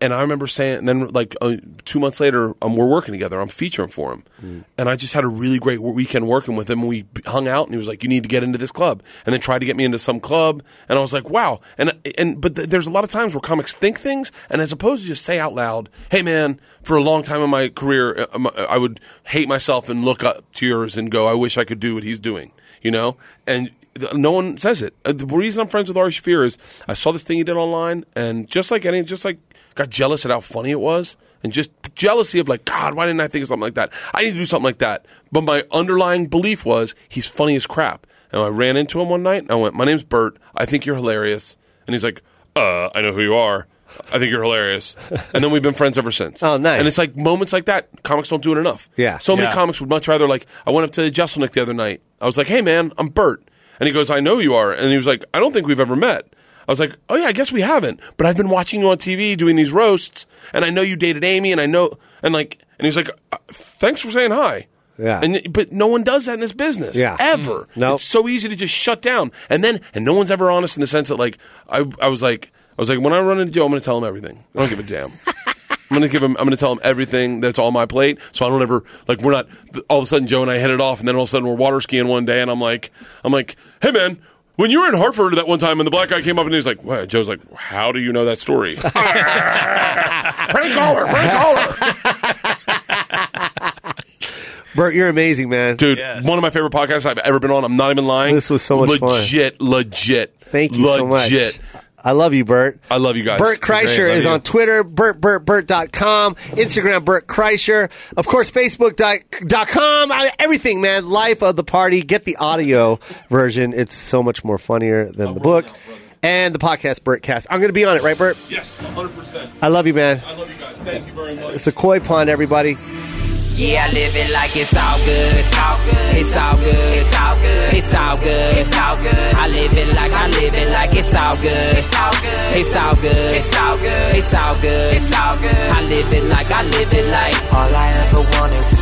and I remember saying, and then like uh, two months later, um, we're working together. I'm featuring for him, and I just had a really great wo- weekend working with him. And we b- hung out, and he was like, "You need to get into this club," and then tried to get me into some club, and I was like, "Wow!" And and but th- there's a lot of times where comics think things, and as opposed to just say out loud, "Hey, man," for a long time in my career, uh, um, I would hate myself and look up to yours and go, "I wish I could do what he's doing," you know, and th- no one says it. Uh, The reason I'm friends with Ari Shafir is I saw this thing he did online, and just like any, just like got jealous at how funny it was, and just jealousy of like, God, why didn't I think of something like that? I need to do something like that. But my underlying belief was he's funny as crap. And I ran into him one night, and I went, "My name's Bert. I think you're hilarious." And he's like, "Uh, I know who you are." I think you're hilarious, and then we've been friends ever since. Oh, nice. And it's like moments like that. Comics don't do it enough. Yeah. So many Yeah. comics would much rather like. I went up to Jesselnick the other night. I was like, "Hey, man, I'm Bert," and he goes, "I know you are," and he was like, "I don't think we've ever met." I was like, "Oh yeah, I guess we haven't," but I've been watching you on TV doing these roasts, and I know you dated Amy, and I know, and like, and he was like, "Uh, "Thanks for saying hi." Yeah. And but no one does that in this business. Yeah. Ever. No. It's so easy to just shut down, and then and no one's ever honest in the sense that like I I was like I was like when I run into Joe, I'm going to tell him everything. I don't give a damn. I'm gonna give him. I'm gonna tell him everything that's on my plate. So I don't ever like. We're not all of a sudden Joe and I hit it off, and then all of a sudden we're water skiing one day, and I'm like, I'm like, hey man, when you were in Hartford that one time, and the black guy came up and he's like, what? Joe's like, how do you know that story? prank caller, prank caller, Bert, you're amazing, man. dude. Yes. One of my favorite podcasts I've ever been on. I'm not even lying. This was so much fun. legit, legit. Thank you legit. so much. I love you, Bert. I love you guys. Bert You're great. Kreischer Love is you. on Twitter, BertBertBert.com, Instagram, Bert Kreischer. Of course, Facebook.com, I- everything, man. Life of the Party. Get the audio version. It's so much more funnier than the book. And the podcast, Bertcast. I'm going to be on it, right, Bert? Yes, 100. percent I love you, man. I love you guys. Thank you very much. It's the koi pond, everybody. Yeah, I live it like it's all good. It's all good. It's all good. It's all good. It's all good. It's all good. I live it like I live it like it's all good. It's all good. It's all good. It's all good. It's all good. It's all good. I live it like I live it like all I ever wanted.